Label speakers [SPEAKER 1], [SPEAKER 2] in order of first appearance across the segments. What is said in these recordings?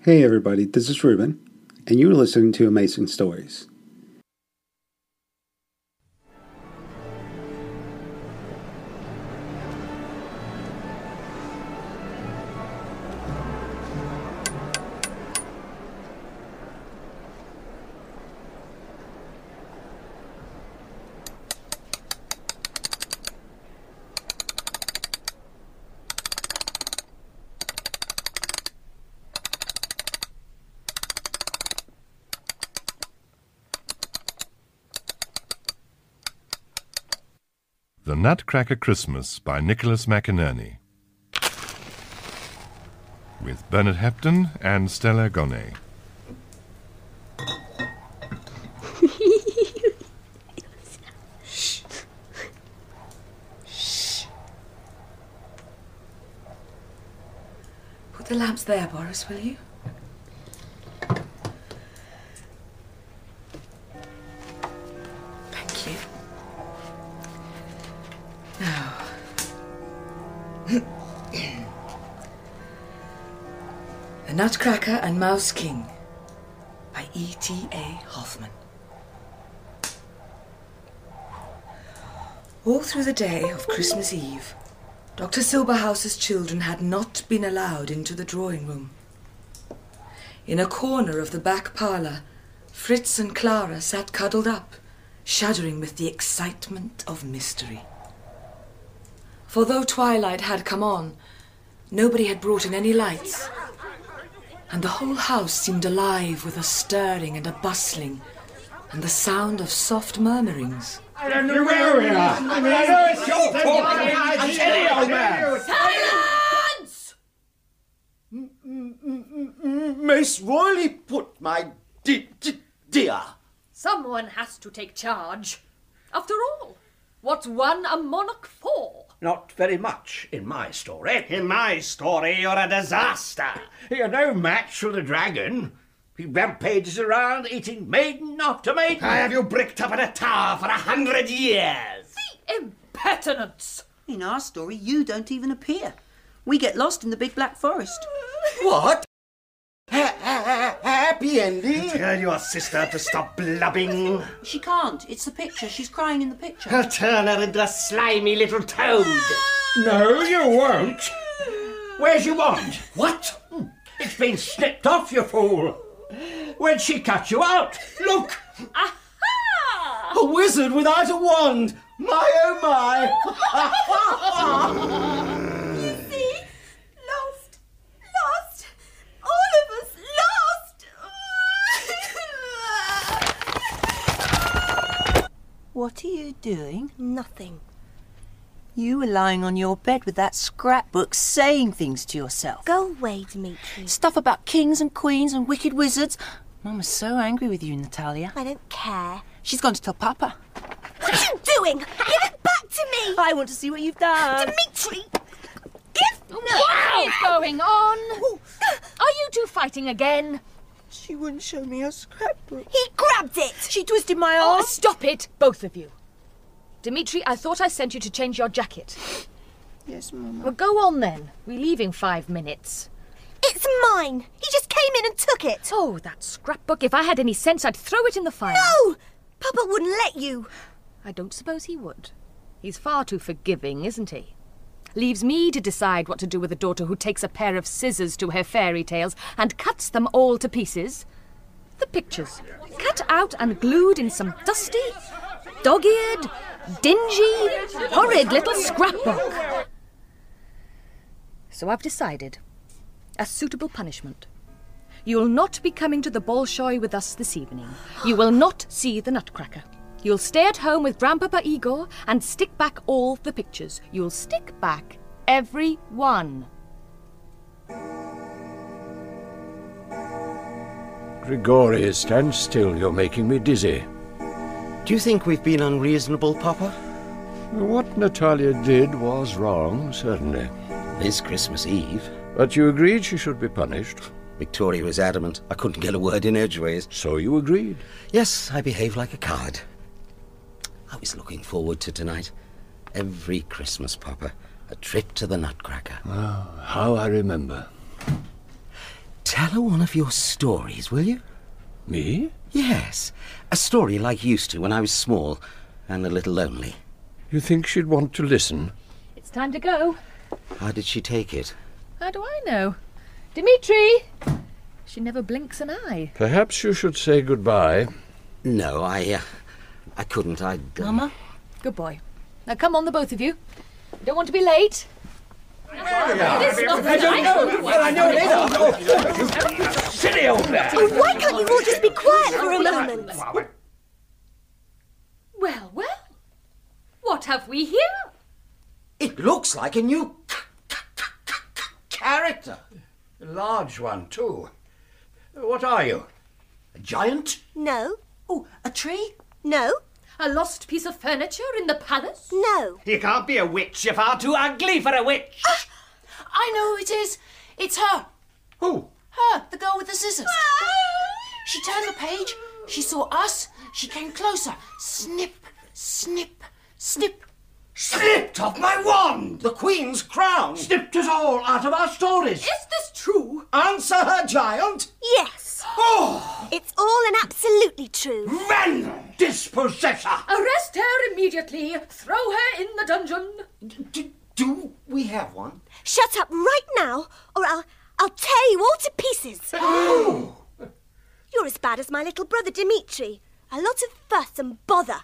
[SPEAKER 1] Hey, everybody, this is Ruben, and you're listening to Amazing Stories.
[SPEAKER 2] The Nutcracker Christmas by Nicholas McInerney. With Bernard Hepton and Stella Gonet.
[SPEAKER 3] Put the lamps there, Boris, will you? Thank you. Now. the Nutcracker and Mouse King by E.T.A. Hoffman. All through the day of Christmas Eve, Dr. Silberhouse's children had not been allowed into the drawing room. In a corner of the back parlour, Fritz and Clara sat cuddled up, shuddering with the excitement of mystery. For though twilight had come on, nobody had brought in any lights, and the whole house seemed alive with a stirring and a bustling, and the sound of soft murmurings.
[SPEAKER 4] I don't know where we are. I mean, I know it's your fault. I'm silly old man.
[SPEAKER 3] Silence!
[SPEAKER 4] Miss Royally put my de- de- dear.
[SPEAKER 5] Someone has to take charge. After all, what's one a monarch for?
[SPEAKER 6] Not very much in my story.
[SPEAKER 7] In my story, you're a disaster.
[SPEAKER 6] You're no match for the dragon. He rampages around eating maiden after maiden.
[SPEAKER 7] I have you bricked up in a tower for a hundred years.
[SPEAKER 5] The impertinence!
[SPEAKER 8] In our story, you don't even appear. We get lost in the big black forest.
[SPEAKER 4] What? Ha- ha- ha- Happy ending?
[SPEAKER 7] Tell your sister to stop blubbing.
[SPEAKER 8] She can't. It's the picture. She's crying in the picture.
[SPEAKER 7] I'll turn her into a slimy little toad.
[SPEAKER 6] No, you won't. Where's your wand?
[SPEAKER 7] What?
[SPEAKER 6] It's been snipped off, you fool. When'd she cut you out?
[SPEAKER 4] Look,
[SPEAKER 5] Aha!
[SPEAKER 4] a wizard without a wand. My oh my.
[SPEAKER 9] See? Lost. Lost. All of us lost.
[SPEAKER 8] What are you doing?
[SPEAKER 9] Nothing.
[SPEAKER 8] You were lying on your bed with that scrapbook saying things to yourself.
[SPEAKER 9] Go away, Dimitri.
[SPEAKER 8] Stuff about kings and queens and wicked wizards. Mama's so angry with you, Natalia.
[SPEAKER 9] I don't care.
[SPEAKER 8] She's gone to tell Papa.
[SPEAKER 9] What are you doing? Give it back to me!
[SPEAKER 8] I want to see what you've done.
[SPEAKER 9] Dimitri! Give
[SPEAKER 5] What is going on? Are you two fighting again?
[SPEAKER 8] She wouldn't show me her scrapbook.
[SPEAKER 9] He grabbed it!
[SPEAKER 8] She twisted my
[SPEAKER 5] Oh,
[SPEAKER 8] arm.
[SPEAKER 5] stop it, both of you. Dimitri, I thought I sent you to change your jacket.
[SPEAKER 8] Yes, Mama.
[SPEAKER 5] Well, go on then. We leave in five minutes.
[SPEAKER 9] It's mine! He just came in and took it!
[SPEAKER 5] Oh, that scrapbook. If I had any sense, I'd throw it in the fire.
[SPEAKER 9] No! Papa wouldn't let you!
[SPEAKER 5] I don't suppose he would. He's far too forgiving, isn't he? Leaves me to decide what to do with a daughter who takes a pair of scissors to her fairy tales and cuts them all to pieces. The pictures, cut out and glued in some dusty, dog eared, dingy, horrid little scrapbook. So I've decided a suitable punishment. You'll not be coming to the Bolshoi with us this evening. You will not see the Nutcracker. You'll stay at home with Grandpapa Igor and stick back all the pictures. You'll stick back every one.
[SPEAKER 6] Grigori, stand still. You're making me dizzy.
[SPEAKER 4] Do you think we've been unreasonable, Papa?
[SPEAKER 6] What Natalia did was wrong, certainly.
[SPEAKER 10] This Christmas Eve,
[SPEAKER 6] But you agreed she should be punished.
[SPEAKER 10] Victoria was adamant I couldn't get a word in edgeways.
[SPEAKER 6] So you agreed.
[SPEAKER 10] Yes, I behaved like a card. I was looking forward to tonight. Every Christmas,
[SPEAKER 6] Ah,
[SPEAKER 10] Papa. A trip to the Nutcracker.
[SPEAKER 6] How I remember.
[SPEAKER 11] Tell her one of your stories, will you?
[SPEAKER 6] Me?
[SPEAKER 11] Yes. A story like used to when I was small and a little lonely.
[SPEAKER 6] You think she'd want to listen?
[SPEAKER 5] It's time to go.
[SPEAKER 11] How did she take it?
[SPEAKER 5] How do I know? Dimitri! She never blinks an eye.
[SPEAKER 6] Perhaps you should say goodbye.
[SPEAKER 11] No, I. Uh, I couldn't. I.
[SPEAKER 5] Mama? Good boy. Now come on, the both of you. I don't want to be late. It is not
[SPEAKER 12] I
[SPEAKER 5] nice.
[SPEAKER 12] don't know. Well, I know it is.
[SPEAKER 10] Silly old man!
[SPEAKER 9] Oh, why can't you all just be quiet for a moment?
[SPEAKER 5] Well, well. What have we here?
[SPEAKER 10] It looks like a new character. A large one, too. What are you? A giant?
[SPEAKER 9] No. Oh, a tree? No.
[SPEAKER 5] A lost piece of furniture in the palace?
[SPEAKER 9] No.
[SPEAKER 13] You can't be a witch. You're far too ugly for a witch.
[SPEAKER 8] I know who it is. It's her.
[SPEAKER 10] Who?
[SPEAKER 8] Her, the girl with the scissors. she turned the page. She saw us. She came closer. Snip, snip, snip.
[SPEAKER 10] Snipped off my wand! The Queen's crown! Snipped us all out of our stories! Is
[SPEAKER 8] this true?
[SPEAKER 10] Answer her, giant!
[SPEAKER 9] Yes.
[SPEAKER 10] Oh!
[SPEAKER 9] It's all and absolutely true.
[SPEAKER 10] Random
[SPEAKER 9] Oh,
[SPEAKER 10] dispossessor!
[SPEAKER 5] Arrest her immediately. Throw her in the dungeon.
[SPEAKER 10] Do we have one?
[SPEAKER 9] Shut up right now, or I'll I'll tear you all to pieces. You're as bad as my little brother Dimitri. A lot of fuss and bother.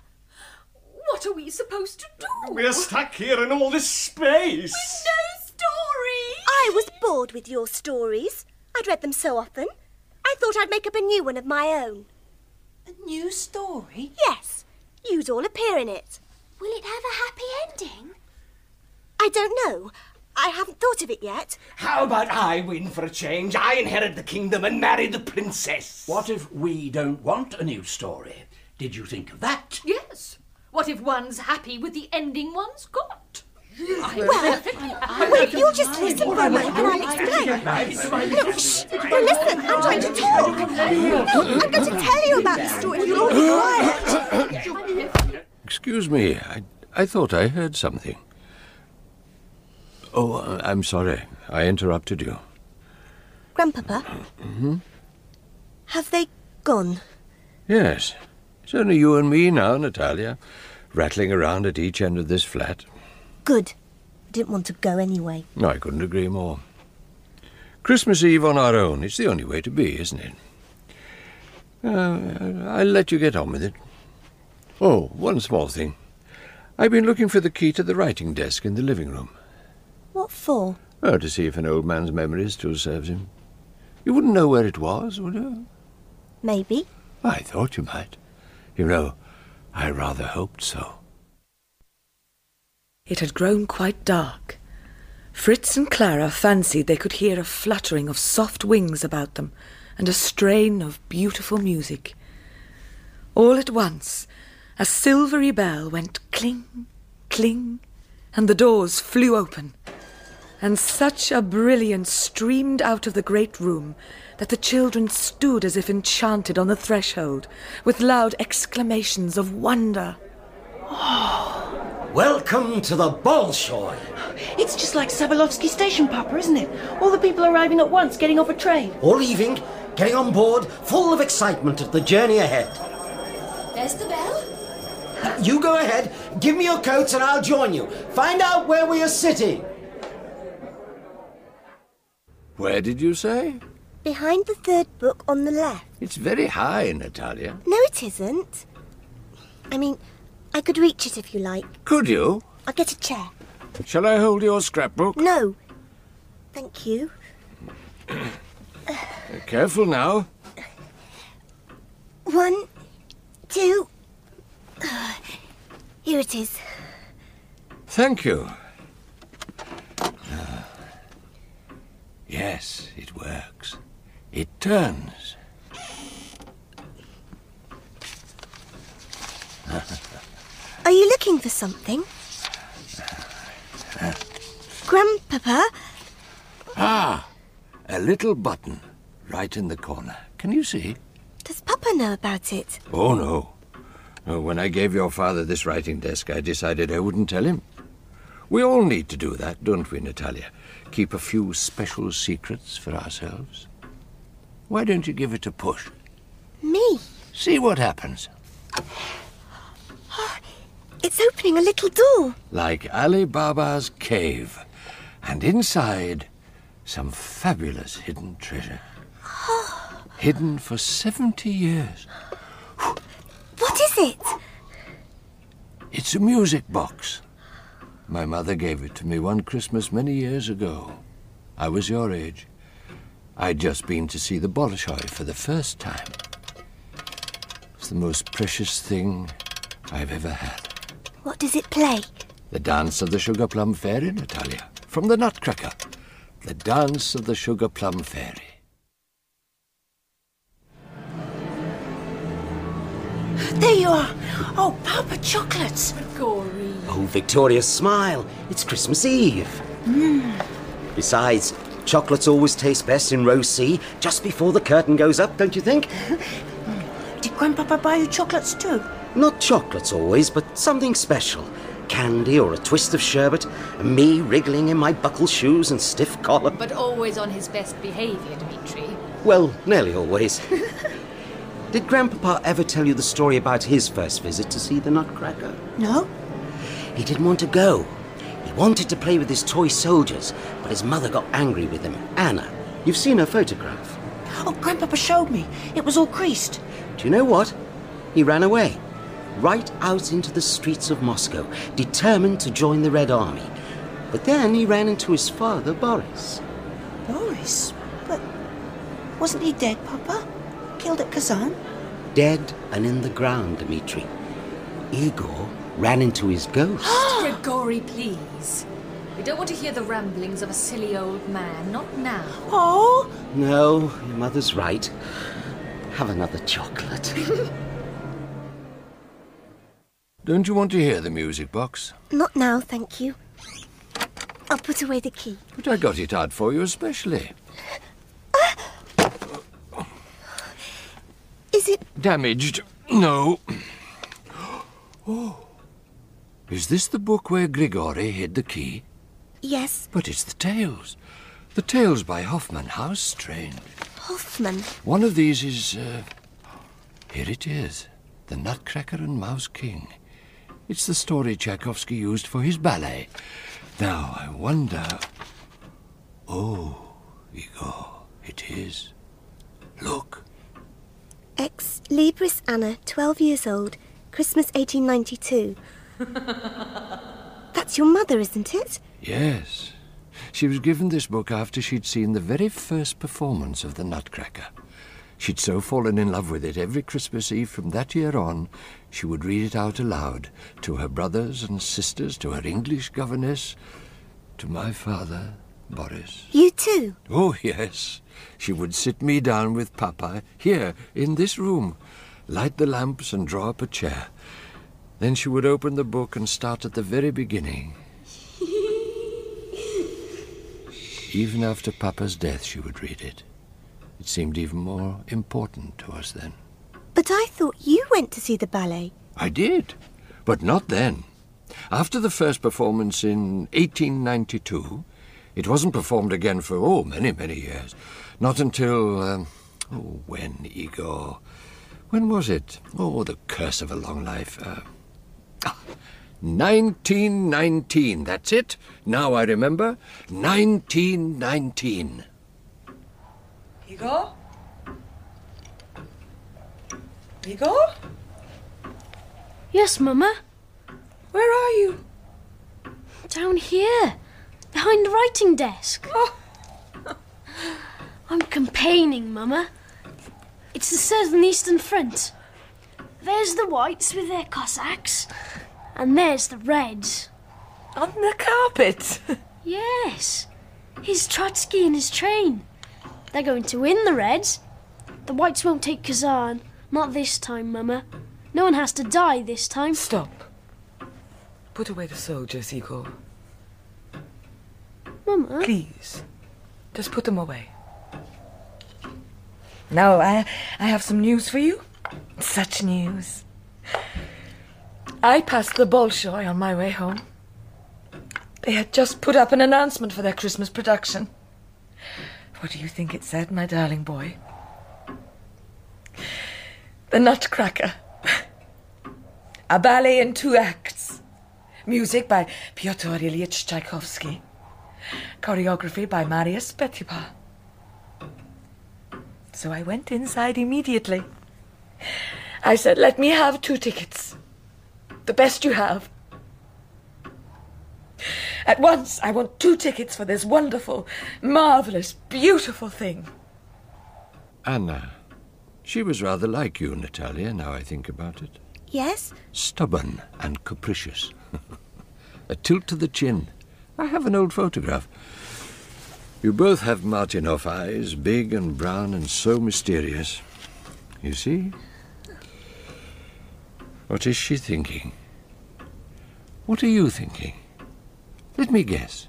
[SPEAKER 5] What are we supposed to do?
[SPEAKER 13] We're stuck here in all this space.
[SPEAKER 5] No story.
[SPEAKER 9] I was bored with your stories. I'd read them so often. I thought I'd make up a new one of my own.
[SPEAKER 8] A new story?
[SPEAKER 9] Yes. You'd all appear in it.
[SPEAKER 8] Will it have a happy ending?
[SPEAKER 9] I don't know. I haven't thought of it yet.
[SPEAKER 13] How about I win for a change? I inherit the kingdom and marry the princess.
[SPEAKER 10] What if we don't want a new story? Did you think of that?
[SPEAKER 5] Yes. What if one's happy with the ending one's got? I'm
[SPEAKER 9] Well,
[SPEAKER 5] perfectly
[SPEAKER 9] Wait,
[SPEAKER 5] happy.
[SPEAKER 9] you'll just listen for a moment and I'll explain. No, shh. Well, listen, I'm trying to talk. I'm going to tell you about the story and you'll all be quiet.
[SPEAKER 6] Excuse me, I, I thought I heard something. Oh, I- I'm sorry. I interrupted you.
[SPEAKER 9] Grandpapa,
[SPEAKER 6] hmm
[SPEAKER 9] have they gone?
[SPEAKER 6] Yes. It's only you and me now, Natalia, rattling around at each end of this flat.
[SPEAKER 9] Good. I didn't want to go anyway.
[SPEAKER 6] No, I couldn't agree more. Christmas Eve on our own. It's the only way to be, isn't it? Uh, I'll let you get on with it. Oh, one small thing. I've been looking for the key to the writing desk in the living room.
[SPEAKER 9] What for?
[SPEAKER 6] Oh, to see if an old man's memory still serves him. You wouldn't know where it was, would you?
[SPEAKER 9] Maybe.
[SPEAKER 6] I thought you might. You know, I rather hoped so.
[SPEAKER 3] It had grown quite dark. Fritz and Clara fancied they could hear a fluttering of soft wings about them and a strain of beautiful music. All at once, a silvery bell went cling, cling, and the doors flew open. And such a brilliance streamed out of the great room that the children stood as if enchanted on the threshold, with loud exclamations of wonder.
[SPEAKER 10] Welcome to the Bolshoi!
[SPEAKER 8] It's just like Sabalovsky Station, Papa, isn't it? All the people arriving at once, getting off a train.
[SPEAKER 10] Or leaving, getting on board, full of excitement at the journey ahead.
[SPEAKER 8] There's the bell.
[SPEAKER 10] You go ahead, give me your coats, and I'll join you. Find out where we are sitting.
[SPEAKER 6] Where did you say?
[SPEAKER 9] Behind the third book on the left.
[SPEAKER 6] It's very high, Natalia.
[SPEAKER 9] No, it isn't. I mean, I could reach it if you like.
[SPEAKER 6] Could you?
[SPEAKER 9] I'll get a chair.
[SPEAKER 6] Shall I hold your scrapbook?
[SPEAKER 9] No. Thank you.
[SPEAKER 6] Careful now.
[SPEAKER 9] One, two. Here it is.
[SPEAKER 6] Thank you. Ah. yes, it works. It turns.
[SPEAKER 9] Are you looking for something? Grandpapa?
[SPEAKER 6] Ah, a little button right in the corner. Can you see?
[SPEAKER 9] Does Papa know about it?
[SPEAKER 6] Oh, no. Oh, when I gave your father this writing desk, I decided I wouldn't tell him. We all need to do that, don't we, Natalia? Keep a few special secrets for ourselves.
[SPEAKER 14] Why don't you give it a push?
[SPEAKER 9] Me?
[SPEAKER 14] See what happens.
[SPEAKER 9] It's opening a little door.
[SPEAKER 14] Like Ali Baba's cave. And inside, some fabulous hidden treasure. hidden for 70 years.
[SPEAKER 9] What is it?
[SPEAKER 14] It's a music box. My mother gave it to me one Christmas many years ago. I was your age. I'd just been to see the Bolshoi for the first time. It's the most precious thing I've ever had.
[SPEAKER 9] What does it play?
[SPEAKER 14] The dance of the sugar plum fairy, Natalia, from the Nutcracker. The dance of the sugar plum fairy.
[SPEAKER 8] There you are. Oh, Papa Chocolates. Gory.
[SPEAKER 10] Oh, Victoria, smile. It's Christmas Eve.
[SPEAKER 8] Mm.
[SPEAKER 10] Besides, chocolates always taste best in row C just before the curtain goes up, don't you think?
[SPEAKER 8] Did Grandpapa buy you chocolates too?
[SPEAKER 10] Not chocolates always, but something special. Candy or a twist of sherbet, and me wriggling in my buckle shoes and stiff collar.
[SPEAKER 5] But always on his best behaviour, Dimitri.
[SPEAKER 10] Well, nearly always. Did Grandpapa ever tell you the story about his first visit to see the Nutcracker?
[SPEAKER 8] No.
[SPEAKER 10] He didn't want to go. He wanted to play with his toy soldiers, but his mother got angry with him. Anna, you've seen her photograph.
[SPEAKER 8] Oh, Grandpapa showed me. It was all creased.
[SPEAKER 10] Do you know what? He ran away, right out into the streets of Moscow, determined to join the Red Army. But then he ran into his father, Boris.
[SPEAKER 8] Boris? But wasn't he dead, Papa? Killed at Kazan?
[SPEAKER 10] Dead and in the ground, Dmitri. Igor ran into his ghost.
[SPEAKER 9] Ah!
[SPEAKER 5] Grigori, please. We don't want to hear the ramblings of a silly old man. Not now.
[SPEAKER 8] Oh!
[SPEAKER 10] No, your mother's right. Have another chocolate.
[SPEAKER 6] Don't you want to hear the music box?
[SPEAKER 9] Not now, thank you. I'll put away the key.
[SPEAKER 6] But I got it out for you especially.
[SPEAKER 9] Is it
[SPEAKER 6] Damaged? No. Oh. Is this the book where Grigori hid the key?
[SPEAKER 9] Yes,
[SPEAKER 6] But it's the tales. The tales by Hoffman. How strange.
[SPEAKER 9] Hoffman.
[SPEAKER 6] One of these is. Uh, here it is The Nutcracker and Mouse King. It's the story Tchaikovsky used for his ballet. Now, I wonder. Oh, Igor, it is. Look.
[SPEAKER 9] Ex Libris Anna, 12 years old, Christmas 1892. That's your mother, isn't it?
[SPEAKER 6] Yes. She was given this book after she'd seen the very first performance of The Nutcracker. She'd so fallen in love with it every Christmas Eve from that year on, she would read it out aloud to her brothers and sisters, to her English governess, to my father, Boris.
[SPEAKER 9] You too?
[SPEAKER 6] Oh, yes. She would sit me down with Papa here in this room, light the lamps, and draw up a chair. Then she would open the book and start at the very beginning. Even after Papa's death, she would read it. It seemed even more important to us then.
[SPEAKER 9] But I thought you went to see the ballet.
[SPEAKER 6] I did, but not then. After the first performance in 1892, it wasn't performed again for, oh, many, many years. Not until, um, oh, when, Igor? When was it? Oh, the curse of a long life. Uh, ah, 1919, that's it. Now I remember. 1919.
[SPEAKER 3] Igor? Igor?
[SPEAKER 15] Yes, Mama.
[SPEAKER 3] Where are you?
[SPEAKER 15] Down here, behind the writing desk.
[SPEAKER 3] Oh.
[SPEAKER 15] I'm campaigning, Mama. It's the Southern Eastern Front. There's the Whites with their Cossacks, and there's the Reds.
[SPEAKER 3] On the carpet?
[SPEAKER 15] yes. Here's Trotsky and his train. They're going to win the Reds. The Whites won't take Kazan. Not this time, Mama. No one has to die this time.
[SPEAKER 3] Stop. Put away the soldiers, Igor.
[SPEAKER 15] Mama?
[SPEAKER 3] Please. Just put them away. Now, I, I have some news for you. Such news. I passed the Bolshoi on my way home. They had just put up an announcement for their Christmas production. What do you think it said, my darling boy? The Nutcracker. A ballet in two acts. Music by Pyotr Ilyich Tchaikovsky. Choreography by Marius Petipa. So I went inside immediately. I said, Let me have two tickets. The best you have. At once, I want two tickets for this wonderful, marvelous, beautiful thing.
[SPEAKER 6] Anna. She was rather like you, Natalia, now I think about it.
[SPEAKER 9] Yes?
[SPEAKER 6] Stubborn and capricious. A tilt to the chin. I have an old photograph. You both have Martinoff eyes, big and brown and so mysterious. You see? What is she thinking? What are you thinking? Let me guess.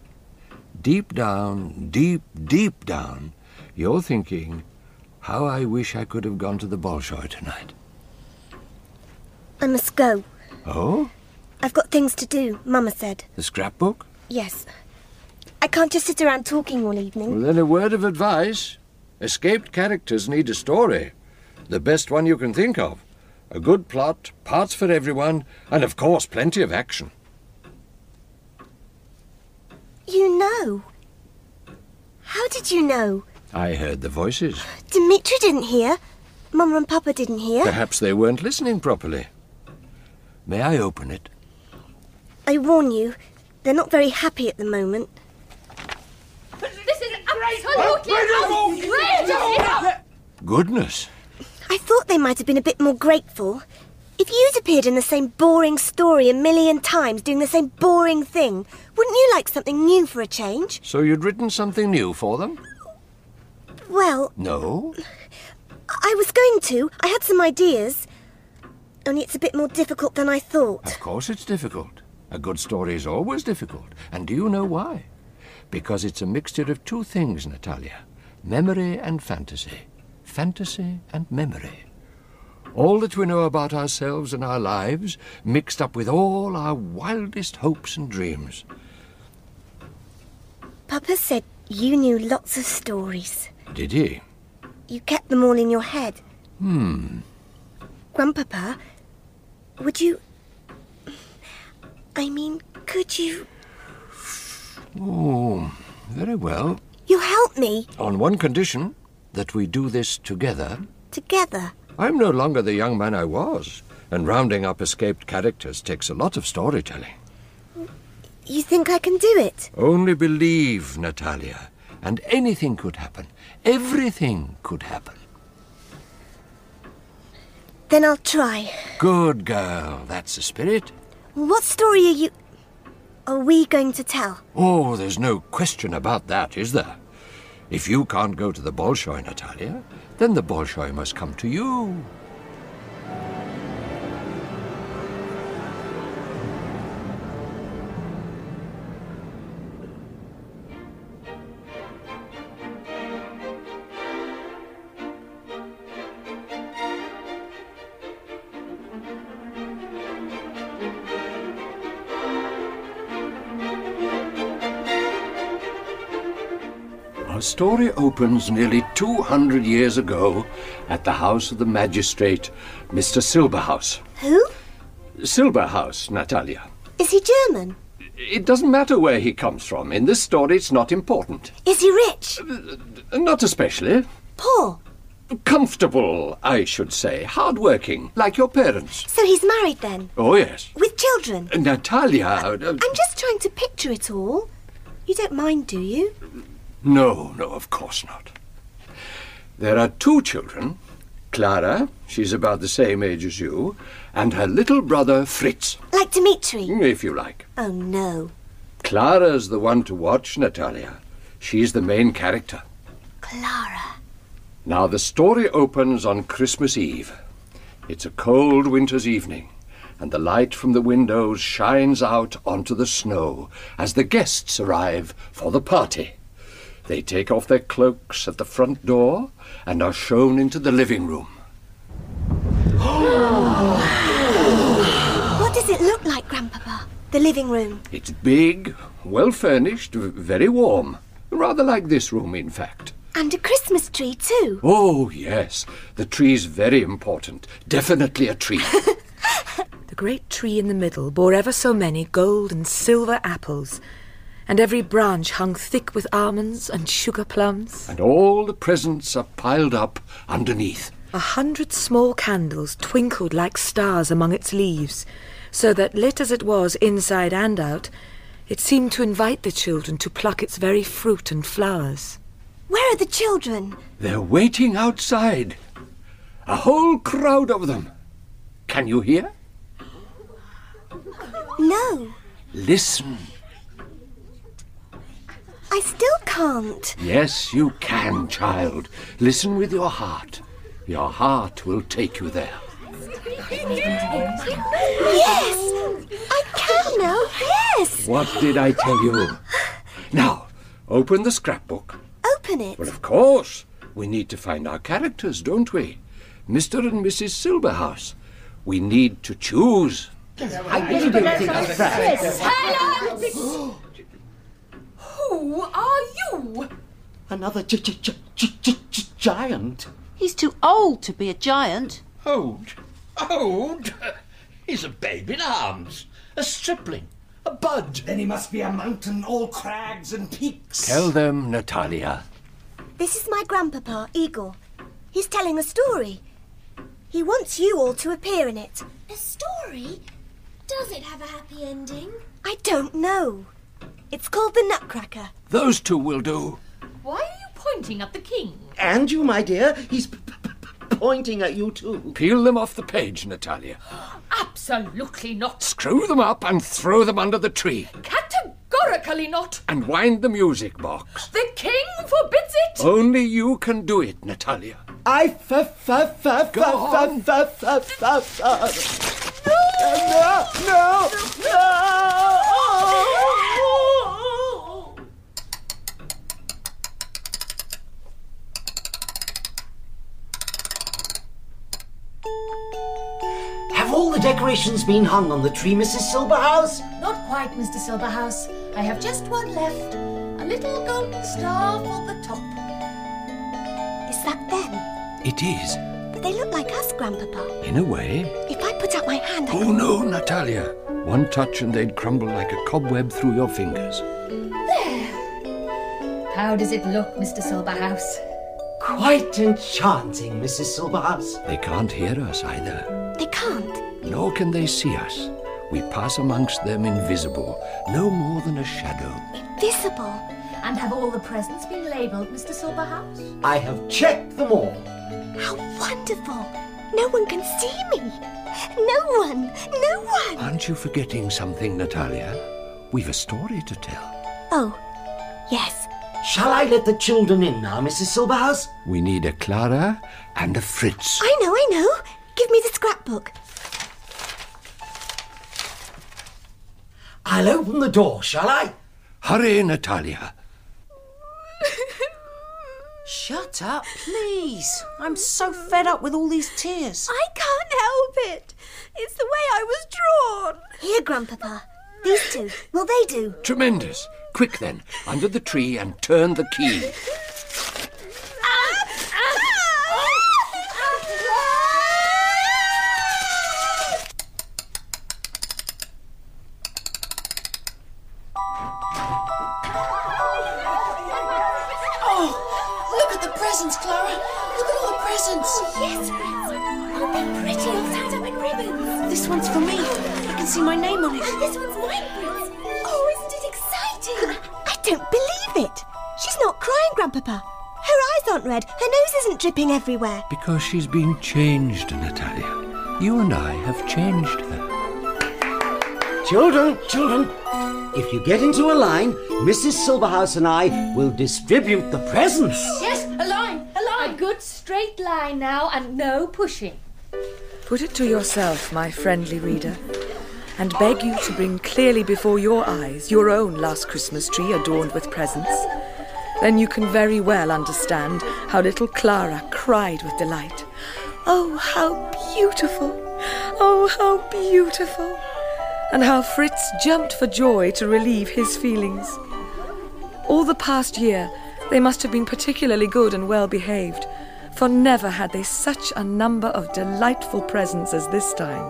[SPEAKER 6] Deep down, deep, deep down, you're thinking, how I wish I could have gone to the Bolshoi tonight.
[SPEAKER 9] I must go.
[SPEAKER 6] Oh?
[SPEAKER 9] I've got things to do, Mama said.
[SPEAKER 6] The scrapbook?
[SPEAKER 9] Yes. I can't just sit around talking all evening.
[SPEAKER 6] Well, then a word of advice. Escaped characters need a story. The best one you can think of. A good plot, parts for everyone, and of course plenty of action.
[SPEAKER 9] You know. How did you know?
[SPEAKER 6] I heard the voices.
[SPEAKER 9] Dimitri didn't hear. Mama and Papa didn't hear.
[SPEAKER 6] Perhaps they weren't listening properly. May I open it?
[SPEAKER 9] I warn you, they're not very happy at the moment.
[SPEAKER 12] This is absolutely outrageous!
[SPEAKER 6] Goodness.
[SPEAKER 9] I thought they might have been a bit more grateful. If you'd appeared in the same boring story a million times, doing the same boring thing, wouldn't you like something new for a change?
[SPEAKER 6] So you'd written something new for them?
[SPEAKER 9] Well,
[SPEAKER 6] No.
[SPEAKER 9] I was going to. I had some ideas. Only it's a bit more difficult than I thought.
[SPEAKER 6] Of course it's difficult. A good story is always difficult. And do you know why? Because it's a mixture of two things, Natalia memory and fantasy. Fantasy and memory. All that we know about ourselves and our lives mixed up with all our wildest hopes and dreams.
[SPEAKER 9] Papa said you knew lots of stories.
[SPEAKER 6] Did he?
[SPEAKER 9] You kept them all in your head.
[SPEAKER 6] Hmm.
[SPEAKER 9] Grandpapa, would you. I mean, could you.
[SPEAKER 6] Oh, very well.
[SPEAKER 9] You'll help me
[SPEAKER 6] On one condition that we do this together.
[SPEAKER 9] together.
[SPEAKER 6] I'm no longer the young man I was, and rounding up escaped characters takes a lot of storytelling.
[SPEAKER 9] You think I can do it?
[SPEAKER 6] Only believe, Natalia, and anything could happen. Everything could happen.
[SPEAKER 9] Then I'll try.
[SPEAKER 6] Good girl, that's the spirit.
[SPEAKER 9] What story are you. Are we going to tell?
[SPEAKER 6] Oh, there's no question about that, is there? If you can't go to the Bolshoi, Natalia, then the Bolshoi must come to you. Our story opens nearly 200 years ago at the house of the magistrate, Mr. Silberhaus.
[SPEAKER 9] Who?
[SPEAKER 6] Silberhaus, Natalia.
[SPEAKER 9] Is he German?
[SPEAKER 6] It doesn't matter where he comes from. In this story, it's not important.
[SPEAKER 9] Is he rich?
[SPEAKER 6] Not especially.
[SPEAKER 9] Poor?
[SPEAKER 6] Comfortable, I should say. Hardworking, like your parents.
[SPEAKER 9] So he's married then?
[SPEAKER 6] Oh, yes.
[SPEAKER 9] With children?
[SPEAKER 6] Natalia. uh,
[SPEAKER 9] I'm just trying to picture it all. You don't mind, do you?
[SPEAKER 6] No, no, of course not. There are two children Clara, she's about the same age as you, and her little brother Fritz,
[SPEAKER 9] Like Dimitri?
[SPEAKER 6] if you like.
[SPEAKER 9] Oh no.
[SPEAKER 6] Clara's the one to watch, Natalia. She's the main character.
[SPEAKER 9] Clara.
[SPEAKER 6] Now, the story opens on Christmas Eve. It's a cold winter's evening, and the light from the windows shines out onto the snow as the guests arrive for the party. They take off their cloaks at the front door and are shown into the living room.
[SPEAKER 9] What does it look like, Grandpapa? The living room.
[SPEAKER 6] It's big, well furnished, v- very warm. Rather like this room, in fact.
[SPEAKER 9] And a Christmas tree, too.
[SPEAKER 6] Oh, yes. The tree's very important. Definitely a tree.
[SPEAKER 3] The great tree in the middle bore ever so many gold and silver apples, and every branch hung thick with almonds and sugar plums.
[SPEAKER 6] and all the presents are piled up underneath.
[SPEAKER 3] A hundred small candles twinkled like stars among its leaves, so that lit as it was inside and out, it seemed to invite the children to pluck its very fruit and flowers.
[SPEAKER 9] Where are the children?
[SPEAKER 6] They're waiting outside. A whole crowd of them. Can you hear?
[SPEAKER 9] No,
[SPEAKER 6] Listen.
[SPEAKER 9] I still can't.
[SPEAKER 6] Yes, you can, child. Listen with your heart. Your heart will take you there.
[SPEAKER 9] Yes! I can now, yes!
[SPEAKER 6] What did I tell you? Now, open the scrapbook.
[SPEAKER 9] Open it.
[SPEAKER 6] Well, of course, we need to find our characters, don't we? Mr. and Mrs. Silverhouse. We need to choose.
[SPEAKER 4] I really don't think that's right.
[SPEAKER 16] Silence! Who are you?
[SPEAKER 17] Another gi- gi- gi- gi- gi- gi- giant.
[SPEAKER 8] He's too old to be a giant.
[SPEAKER 17] Old? Old? He's a babe in arms. A stripling. A bud.
[SPEAKER 7] Then he must be a mountain all crags and peaks.
[SPEAKER 6] Tell them, Natalia.
[SPEAKER 9] This is my grandpapa, Igor. He's telling a story. He wants you all to appear in it.
[SPEAKER 12] A story? Does it have a happy ending?
[SPEAKER 9] I don't know. It's called The Nutcracker.
[SPEAKER 6] Those two will do.
[SPEAKER 5] Why are you pointing at the king?
[SPEAKER 17] And you, my dear, he's p- p- p- pointing at you too.
[SPEAKER 6] Peel them off the page, Natalia.
[SPEAKER 5] Absolutely not.
[SPEAKER 6] Screw them up and throw them under the tree.
[SPEAKER 5] Categorically not.
[SPEAKER 6] And wind the music box.
[SPEAKER 5] The king forbids it.
[SPEAKER 6] Only you can do it, Natalia.
[SPEAKER 17] I f- f- f- f-
[SPEAKER 6] Go on.
[SPEAKER 17] f- f- f- f- f- No! No! No!
[SPEAKER 10] Have all the decorations been hung on the tree, Mrs. Silverhouse?
[SPEAKER 16] Not quite, Mr. Silverhouse. I have just one left. A little golden star for the top.
[SPEAKER 9] Is that them?
[SPEAKER 6] It is,
[SPEAKER 9] But they look like us, Grandpapa.
[SPEAKER 6] in a way.
[SPEAKER 9] If I put out my hand, I
[SPEAKER 6] Oh no, Natalia. One touch and they'd crumble like a cobweb through your fingers.
[SPEAKER 16] How does it look, Mr. Silverhouse?
[SPEAKER 17] Quite enchanting, Mrs. Silverhouse.
[SPEAKER 6] They can't hear us either,
[SPEAKER 9] They can't.
[SPEAKER 6] nor can they see us. We pass amongst them invisible, no more than a shadow.
[SPEAKER 9] Invisible.
[SPEAKER 16] And have all the presents been labelled, Mr. Silverhouse?
[SPEAKER 17] I have checked them all.
[SPEAKER 9] How wonderful! No one can see me. No one. No one.
[SPEAKER 6] Aren't you forgetting something, Natalia? We've a story to tell.
[SPEAKER 9] Oh, yes.
[SPEAKER 17] Shall I let the children in now, Mrs. Silverhouse?
[SPEAKER 6] We need a Clara and a Fritz.
[SPEAKER 9] I know. I know. Give me the scrapbook.
[SPEAKER 17] I'll open the door, shall I?
[SPEAKER 6] Hurry, Natalia.
[SPEAKER 18] Shut up, please. I'm so fed up with all these tears.
[SPEAKER 9] I can't help it. It's the way I was drawn. Here, Grandpapa. These two. Will they do?
[SPEAKER 6] Tremendous. Quick then, under the tree and turn the key.
[SPEAKER 16] Oh, look at the presents, Clara. Look at all the presents. yes, Oh, they're pretty, all tied up in ribbons.
[SPEAKER 18] This one's for me. I can see my name on it.
[SPEAKER 16] And this one's mine, Prince.
[SPEAKER 9] Oh, isn't it exciting? I don't believe it. She's not crying, Grandpapa. Her eyes aren't red. Her nose isn't dripping everywhere.
[SPEAKER 6] Because she's been changed, Natalia. You and I have changed her.
[SPEAKER 10] Children, children, if you get into a line, Mrs. Silverhouse and I will distribute the presents.
[SPEAKER 16] Yes, a line, a line.
[SPEAKER 15] A good straight line now and no pushing.
[SPEAKER 3] Put it to yourself, my friendly reader, and beg you to bring clearly before your eyes your own last Christmas tree adorned with presents. Then you can very well understand how little Clara cried with delight. Oh, how beautiful! Oh, how beautiful! And how Fritz jumped for joy to relieve his feelings. All the past year, They must have been particularly good and well behaved, for never had they such a number of delightful presents as this time.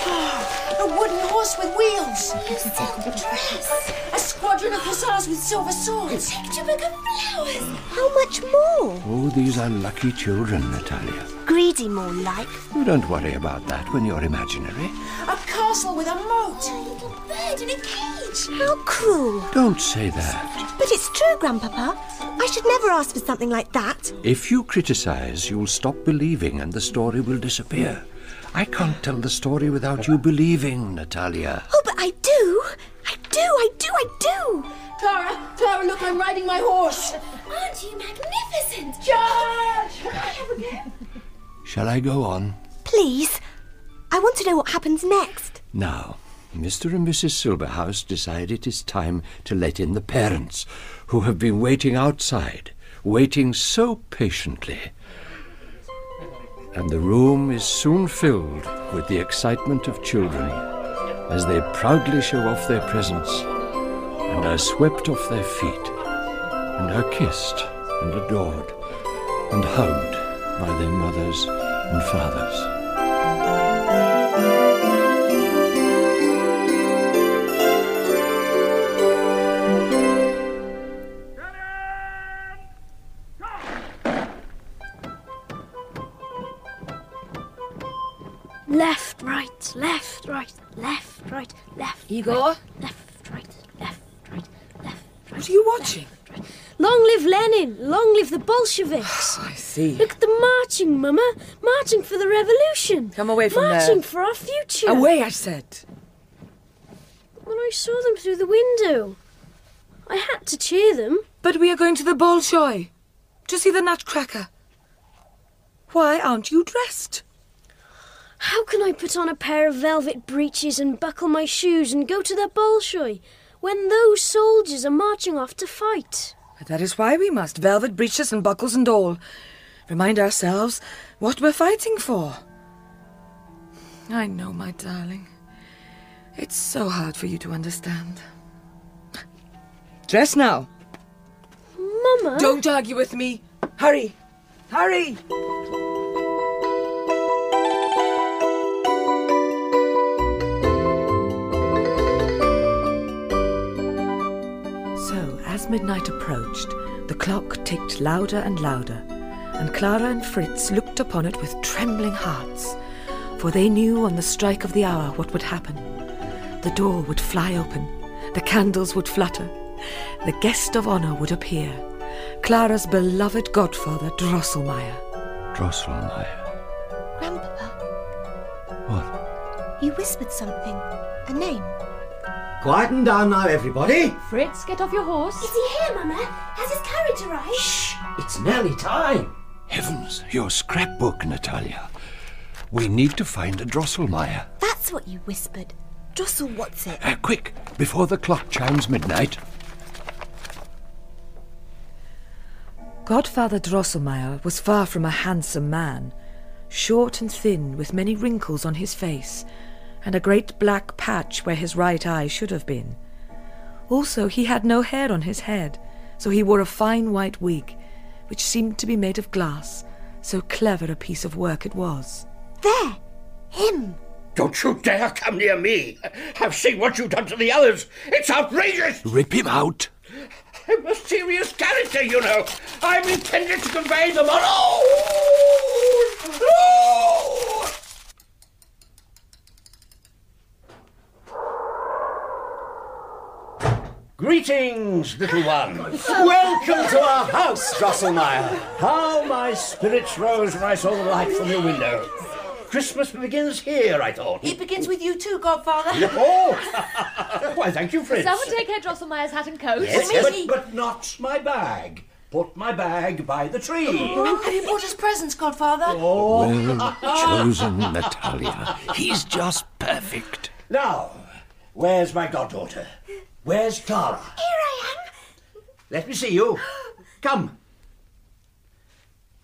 [SPEAKER 12] A wooden horse with wheels. A silk dress. A squadron of hussars with silver swords. A picture book of flowers.
[SPEAKER 9] How much more?
[SPEAKER 6] Oh, these are lucky children, Natalia.
[SPEAKER 9] Greedy more like.
[SPEAKER 6] You don't worry about that when you're imaginary.
[SPEAKER 12] A castle with a moat.
[SPEAKER 9] A little bird in a cage. How cruel.
[SPEAKER 6] Don't say that.
[SPEAKER 9] But it's true, Grandpapa. I should never ask for something like that.
[SPEAKER 6] If you criticize, you'll stop believing and the story will disappear. I can't tell the story without you believing, Natalia.
[SPEAKER 9] Oh, but I do. I do, I do, I do.
[SPEAKER 12] Clara, Clara, look, I'm riding my horse.
[SPEAKER 19] Aren't you magnificent?
[SPEAKER 12] Charge!
[SPEAKER 6] Shall I go on?
[SPEAKER 9] Please. I want to know what happens next.
[SPEAKER 6] Now, Mr. and Mrs. Silverhouse decide it is time to let in the parents, who have been waiting outside, waiting so patiently. And the room is soon filled with the excitement of children as they proudly show off their presents and are swept off their feet and are kissed and adored and hugged by their mothers and fathers.
[SPEAKER 15] Left, right, left, right, left, right, left.
[SPEAKER 3] Igor?
[SPEAKER 15] right, left, right, left, right, left.
[SPEAKER 3] What are you watching?
[SPEAKER 15] Long live Lenin! Long live the Bolsheviks!
[SPEAKER 3] I see.
[SPEAKER 15] Look at them marching, Mama! Marching for the revolution!
[SPEAKER 3] Come away from there.
[SPEAKER 15] marching Marching for our future!
[SPEAKER 3] Away, I said.
[SPEAKER 15] When I saw them through the window, I had to cheer them.
[SPEAKER 3] But we are going to the Bolshoi to see the Nutcracker. Why aren't you dressed?
[SPEAKER 15] How can I put on a pair of velvet breeches and buckle my shoes and go to the Bolshoi when those soldiers are marching off to fight?
[SPEAKER 3] But that is why we must velvet breeches and buckles and all. Remind ourselves what we're fighting for. I know, my darling. It's so hard for you to understand. Dress now.
[SPEAKER 15] Mama!
[SPEAKER 3] Don't argue with me. Hurry. Hurry. So, as midnight approached, the clock ticked louder and louder, and Clara and Fritz looked upon it with trembling hearts, for they knew on the strike of the hour what would happen. The door would fly open, the candles would flutter, the guest of honor would appear, Clara's beloved godfather Drosselmeyer.
[SPEAKER 6] Drosselmeyer.
[SPEAKER 9] Grandpapa,
[SPEAKER 6] What?
[SPEAKER 9] you whispered something. A name.
[SPEAKER 10] Quieten down now, everybody.
[SPEAKER 5] Fritz, get off your
[SPEAKER 9] Is
[SPEAKER 5] horse.
[SPEAKER 9] he here, Mama? Has his carriage arrived? Shh!
[SPEAKER 10] It's nearly time.
[SPEAKER 6] Heavens, your scrapbook, Natalia. We need to find a Drosselmeyer.
[SPEAKER 9] That's what you whispered. Drossel, what's it?
[SPEAKER 6] Uh, quick, before the clock chimes midnight.
[SPEAKER 3] Godfather Drosselmeyer was far from a handsome man, short and thin, with many wrinkles on his face, and a great black patch where his right eye should have been. Also, he had no hair on his head, so he wore a fine white wig, which seemed to be made of glass, so clever a piece of work it was.
[SPEAKER 9] There! Him!
[SPEAKER 20] Don't you dare come near me. I've seen what you've done to the others. It's outrageous.
[SPEAKER 6] Rip him out.
[SPEAKER 20] I'm a serious character, you know. I'm intended to convey the moral. Oh!
[SPEAKER 10] Greetings, little ones. Welcome to our house, Drosselmeyer. How my spirits rose when I saw the light from your window. Christmas begins here, I thought.
[SPEAKER 12] It begins with you too, Godfather.
[SPEAKER 10] Oh! Why, thank you, Fritz.
[SPEAKER 5] take Herr Drosselmeyer's hat and coat?
[SPEAKER 10] Yes, but, but not my bag. Put my bag by the tree.
[SPEAKER 16] Oh,
[SPEAKER 12] Have you brought us presents, Godfather?
[SPEAKER 6] Well
[SPEAKER 10] Ah!
[SPEAKER 6] chosen, Natalia. He's just perfect.
[SPEAKER 10] Now, where's my goddaughter? Where's Clara? Here I am. Let me see you. Come.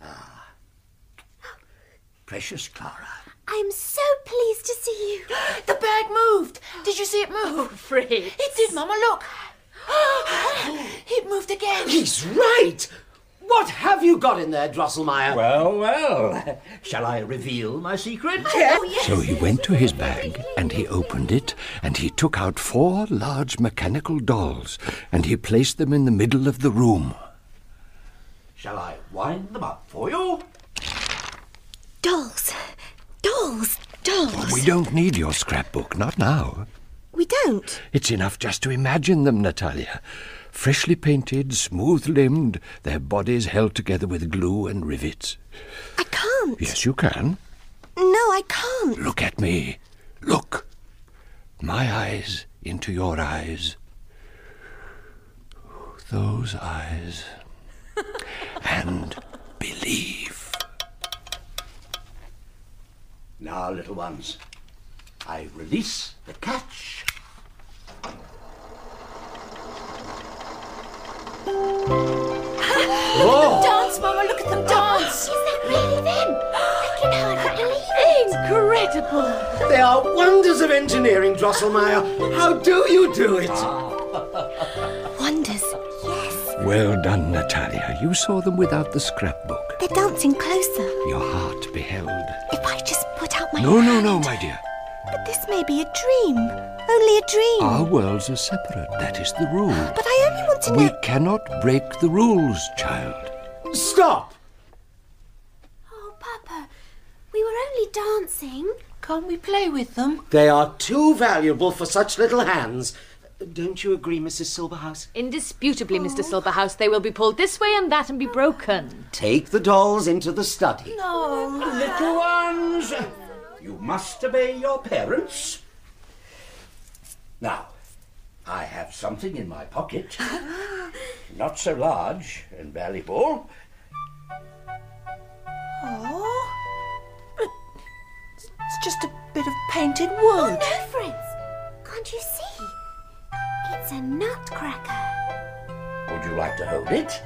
[SPEAKER 10] Ah. Precious Clara.
[SPEAKER 9] I'm so pleased to see you.
[SPEAKER 12] The bag moved. Did you see it move? Fritz. It did, Mama. Look.
[SPEAKER 1] it moved again.
[SPEAKER 21] He's right! What have you got in there, Drosselmeyer?
[SPEAKER 10] Well, well. Shall I reveal my secret?
[SPEAKER 6] So he went to his bag and he opened it and he took out four large mechanical dolls and he placed them in the middle of the room.
[SPEAKER 10] Shall I wind them up for you?
[SPEAKER 9] Dolls. Dolls. Dolls.
[SPEAKER 6] We don't need your scrapbook, not now.
[SPEAKER 9] We don't.
[SPEAKER 6] It's enough just to imagine them, Natalia. Freshly painted, smooth limbed, their bodies held together with glue and rivets.
[SPEAKER 9] I can't. Hmm.
[SPEAKER 6] Yes, you can.
[SPEAKER 9] No, I can't.
[SPEAKER 6] Look at me. Look. My eyes into your eyes. Those eyes. and believe.
[SPEAKER 10] Now, little ones, I release the catch.
[SPEAKER 1] Look at them dance, Mama. Look at them dance.
[SPEAKER 12] Is that really them? I can hardly believe it.
[SPEAKER 21] Incredible! They are wonders of engineering, Drosselmeyer. How do you do it?
[SPEAKER 10] Ah.
[SPEAKER 9] Wonders. Yes.
[SPEAKER 6] Well done, Natalia. You saw them without the scrapbook.
[SPEAKER 9] They're dancing closer.
[SPEAKER 6] Your heart beheld.
[SPEAKER 9] If I just put out my
[SPEAKER 6] No, no,
[SPEAKER 9] hand.
[SPEAKER 6] no, my dear.
[SPEAKER 9] But this may be a dream. Only a dream.
[SPEAKER 6] Our worlds are separate. That is the rule.
[SPEAKER 9] But I only want to
[SPEAKER 6] We
[SPEAKER 9] know.
[SPEAKER 6] cannot break the rules, child.
[SPEAKER 21] Stop!
[SPEAKER 12] Oh, Papa, we were only dancing.
[SPEAKER 1] Can't we play with them?
[SPEAKER 21] They are too valuable for such little hands. Don't you agree, Mrs. Silverhouse?
[SPEAKER 5] Indisputably, Mr. Silverhouse, they will be pulled this way and that and be broken.
[SPEAKER 21] Take the dolls into the study.
[SPEAKER 1] No.
[SPEAKER 10] Little ones, you must obey your parents. Now, I have something in my pocket. Not so large and valuable.
[SPEAKER 8] Oh. It's just a bit of painted wood.
[SPEAKER 12] No, Fritz. Can't you see? It's a nutcracker.
[SPEAKER 10] Would you like to hold it?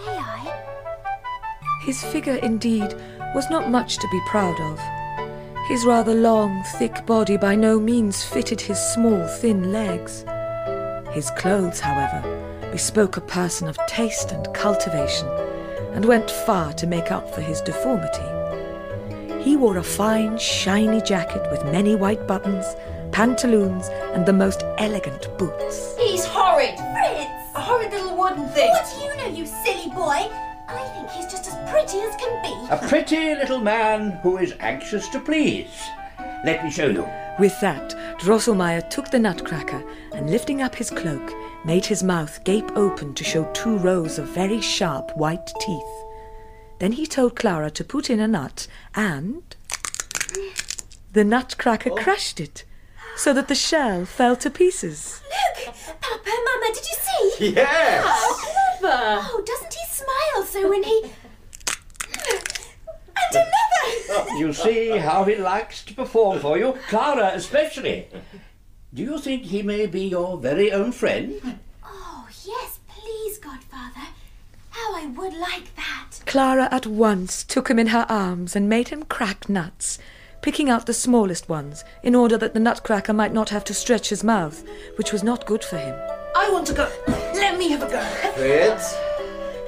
[SPEAKER 12] May I?
[SPEAKER 3] His figure, indeed, was not much to be proud of. His rather long, thick body by no means fitted his small, thin legs. His clothes, however, bespoke a person of taste and cultivation, and went far to make up for his deformity. He wore a fine, shiny jacket with many white buttons, pantaloons, and the most elegant boots.
[SPEAKER 1] He's horrid.
[SPEAKER 12] Fritz!
[SPEAKER 1] A horrid little wooden thing.
[SPEAKER 12] What do you know, you silly boy? I think he's just as pretty as can be.
[SPEAKER 10] A pretty little man who is anxious to please. Let me show you.
[SPEAKER 3] With that, Drosselmeier took the nutcracker and, lifting up his cloak, made his mouth gape open to show two rows of very sharp white teeth. Then he told Clara to put in a nut, and the nutcracker crushed it, so that the shell fell to pieces.
[SPEAKER 12] Look! Papa, Mama, did you see?
[SPEAKER 21] Yes.
[SPEAKER 12] How clever! Oh, doesn't he smile so when he. and another!
[SPEAKER 10] You see how he likes to perform for you, Clara especially. Do you think he may be your very own friend?
[SPEAKER 12] Oh, yes, please, Godfather. How I would like that.
[SPEAKER 3] Clara at once took him in her arms and made him crack nuts, picking out the smallest ones in order that the nutcracker might not have to stretch his mouth, which was not good for him.
[SPEAKER 1] I want to go. Let me have a go.
[SPEAKER 21] Fritz?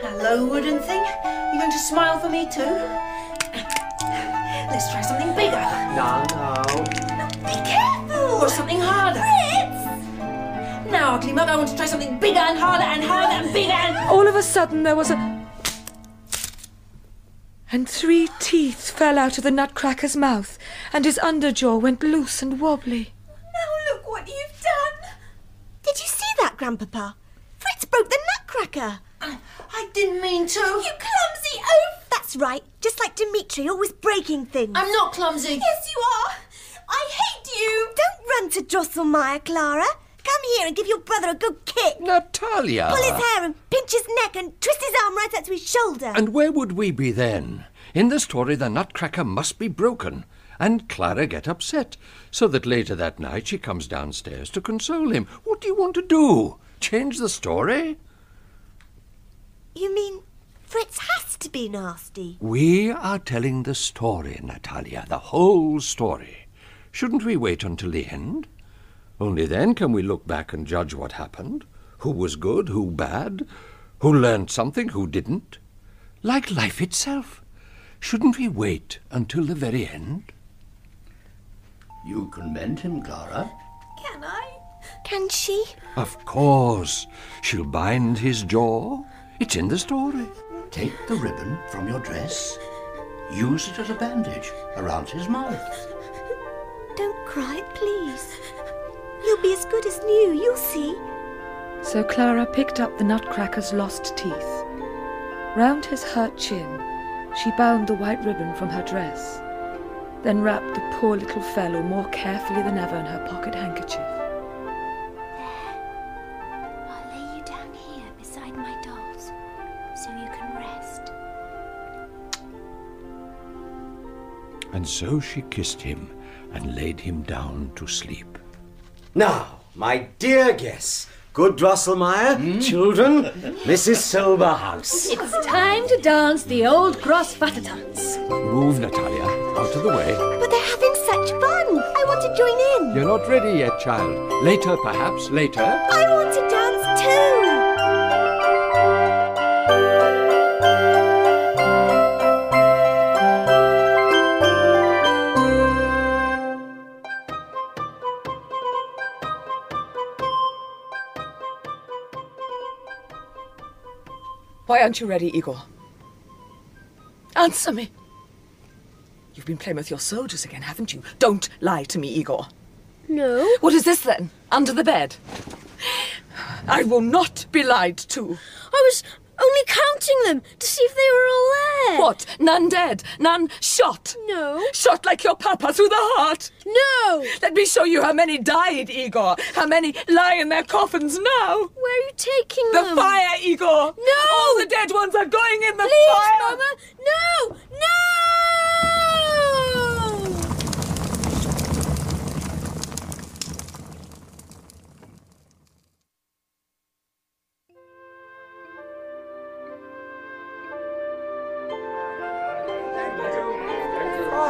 [SPEAKER 8] Hello, wooden thing. You going to smile for me too? Let's try something bigger.
[SPEAKER 21] No, no.
[SPEAKER 12] Be careful!
[SPEAKER 1] Or something harder.
[SPEAKER 12] Fritz!
[SPEAKER 1] Now, ugly mug, I want to try something bigger and harder and harder and bigger and.
[SPEAKER 3] All of a sudden, there was a. And three teeth fell out of the nutcracker's mouth, and his underjaw went loose and wobbly.
[SPEAKER 12] Now look what you've done!
[SPEAKER 9] Did you see that, Grandpapa? Fritz broke the nutcracker.
[SPEAKER 1] I didn't mean to.
[SPEAKER 12] You clumsy oaf!
[SPEAKER 9] That's right, just like Dimitri, always breaking things.
[SPEAKER 1] I'm not clumsy.
[SPEAKER 12] Yes, you are! I hate you!
[SPEAKER 9] Don't run to Drosselmeyer, Clara. Come here and give your brother a good kick.
[SPEAKER 6] Natalia!
[SPEAKER 9] Pull his hair and pinch his neck and twist his arm right up to his shoulder.
[SPEAKER 6] And where would we be then? In the story, the nutcracker must be broken, and Clara get upset, so that later that night she comes downstairs to console him. What do you want to do? Change the story?
[SPEAKER 9] You mean Fritz has to be nasty?
[SPEAKER 6] We are telling the story, Natalia, the whole story. Shouldn't we wait until the end? Only then can we look back and judge what happened. who was good, who bad, who learned something, who didn't. Like life itself. Shouldn't we wait until the very end?
[SPEAKER 22] You can mend him, Clara.
[SPEAKER 9] Can I? Can she?
[SPEAKER 6] Of course. She'll bind his jaw. It's in the story.
[SPEAKER 22] Take the ribbon from your dress. Use it as a bandage around his mouth.
[SPEAKER 9] Don't cry, please. You'll be as good as new, you'll see.
[SPEAKER 3] So Clara picked up the nutcracker's lost teeth. Round his hurt chin, she bound the white ribbon from her dress, then wrapped the poor little fellow more carefully than ever in her pocket handkerchief.
[SPEAKER 12] I'll lay you down here beside my dolls so you can rest.
[SPEAKER 6] And so she kissed him and laid him down to sleep.
[SPEAKER 23] Now, my dear guests, good Drosselmeyer,
[SPEAKER 10] Hmm?
[SPEAKER 23] children, Mrs. Silverhouse.
[SPEAKER 15] It's time to dance the old cross fatter dance.
[SPEAKER 6] Move, Natalia, out of the way.
[SPEAKER 9] But they're having such fun. I want to join in.
[SPEAKER 6] You're not ready yet, child. Later, perhaps, later.
[SPEAKER 9] I want to dance too.
[SPEAKER 24] Why aren't you ready, Igor? Answer me. You've been playing with your soldiers again, haven't you? Don't lie to me, Igor.
[SPEAKER 15] No.
[SPEAKER 24] What is this then? Under the bed. I will not be lied to.
[SPEAKER 15] I was only counting them to see if they were all there.
[SPEAKER 24] What? None dead? None shot?
[SPEAKER 15] No.
[SPEAKER 24] Shot like your papa through the heart?
[SPEAKER 15] No.
[SPEAKER 24] Let me show you how many died, Igor. How many lie in their coffins now.
[SPEAKER 15] Where are you taking
[SPEAKER 24] The
[SPEAKER 15] them?
[SPEAKER 24] fire, Igor.
[SPEAKER 15] Um, No.
[SPEAKER 24] All the dead ones are going in the
[SPEAKER 15] Please,
[SPEAKER 24] fire.
[SPEAKER 15] Mama. No. No.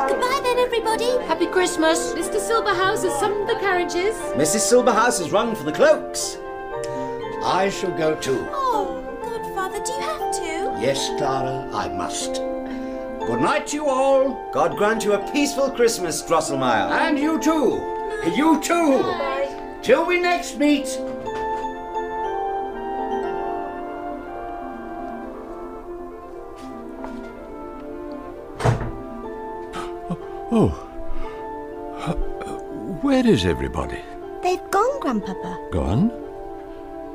[SPEAKER 9] Goodbye then, everybody.
[SPEAKER 16] Happy Christmas.
[SPEAKER 15] Mr. Silverhouse has summoned the carriages.
[SPEAKER 23] Mrs. Silverhouse has rung for the cloaks.
[SPEAKER 22] I shall go too.
[SPEAKER 9] Oh, Godfather, do you have to?
[SPEAKER 22] Yes, Clara, I must. Good night to you all.
[SPEAKER 23] God grant you a peaceful Christmas, Drosselmeyer.
[SPEAKER 22] And you too. And you too. Till we next meet.
[SPEAKER 6] Oh. Uh, Where is everybody?
[SPEAKER 9] They've gone, Grandpapa.
[SPEAKER 6] Gone?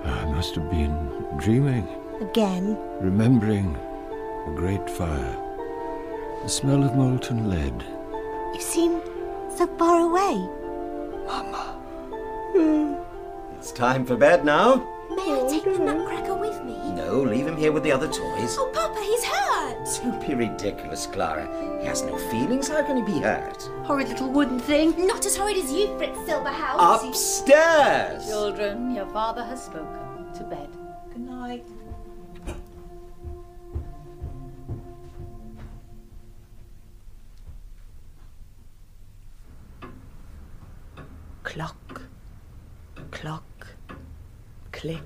[SPEAKER 6] I must have been dreaming,
[SPEAKER 9] Again.
[SPEAKER 6] remembering a great fire, the smell of molten lead.
[SPEAKER 9] You seem so far away.
[SPEAKER 23] It's time for bed now.
[SPEAKER 9] May I take the nutcracker with me?
[SPEAKER 23] No, leave him here with the other toys.
[SPEAKER 9] Oh, Papa, he's hurt.
[SPEAKER 22] Don't be ridiculous, Clara. He has no feelings. How can he be hurt?
[SPEAKER 9] Horrid little wooden thing.
[SPEAKER 12] Not as horrid as you, Fritz Silverhouse.
[SPEAKER 23] Upstairs!
[SPEAKER 16] Children, your father has spoken. To bed.
[SPEAKER 18] Good night.
[SPEAKER 3] Clock, clock, click.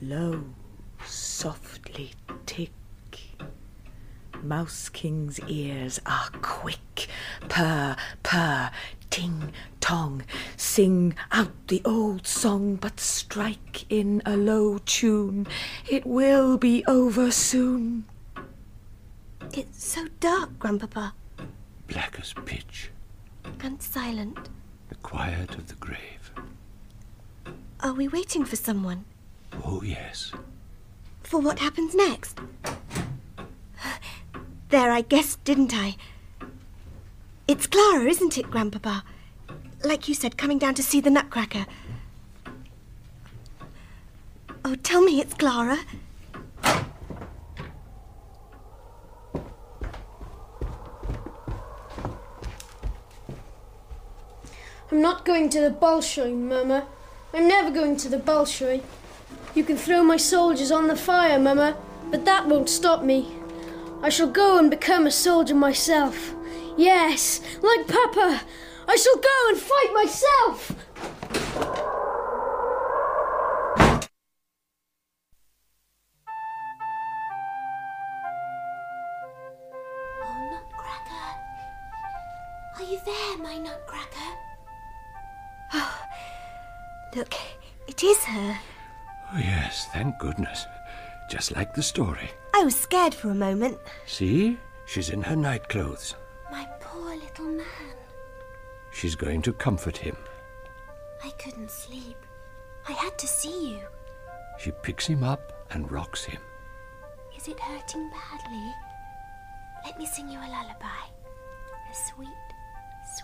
[SPEAKER 3] Low, softly tick. Mouse King's ears are quick. Purr, purr, ting, tong. Sing out the old song, but strike in a low tune. It will be over soon.
[SPEAKER 9] It's so dark, Grandpapa,
[SPEAKER 6] Black as pitch,
[SPEAKER 9] and silent.
[SPEAKER 6] the quiet of the grave.
[SPEAKER 9] Are we waiting for someone?
[SPEAKER 6] Oh, yes.
[SPEAKER 9] For what happens next? There, I guessed, didn't I? It's Clara, isn't it, Grandpapa? Like you said, coming down to see the Nutcracker. Oh, tell me it's Clara.
[SPEAKER 15] I'm not going to the Bolshoi, Mama. I'm never going to the Bolshoi. You can throw my soldiers on the fire, Mama, but that won't stop me. I shall go and become a soldier myself. Yes, like Papa. I shall go and fight myself.
[SPEAKER 9] Oh, Are you there, my nutcracker? Oh, look, it is her.
[SPEAKER 6] Oh, yes, thank goodness. Just like the story.
[SPEAKER 9] I was scared for a moment.
[SPEAKER 6] See? She's in her night clothes.
[SPEAKER 9] My poor little man.
[SPEAKER 6] She's going to comfort him.
[SPEAKER 9] I couldn't sleep. I had to see you.
[SPEAKER 6] She picks him up and rocks him.
[SPEAKER 9] Is it hurting badly? Let me sing you a lullaby. A sweet,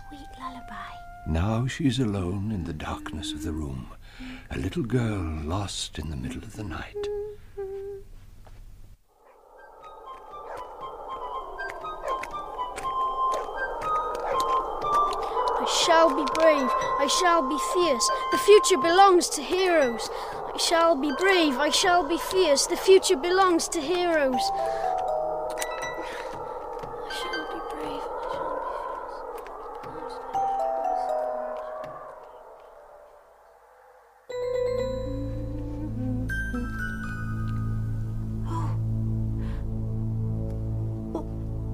[SPEAKER 9] sweet lullaby.
[SPEAKER 6] Now she's alone in the darkness of the room, a little girl lost in the middle of the night.
[SPEAKER 15] I shall be brave. I shall be fierce. The future belongs to heroes. I shall be brave. I shall be fierce. The future belongs to heroes.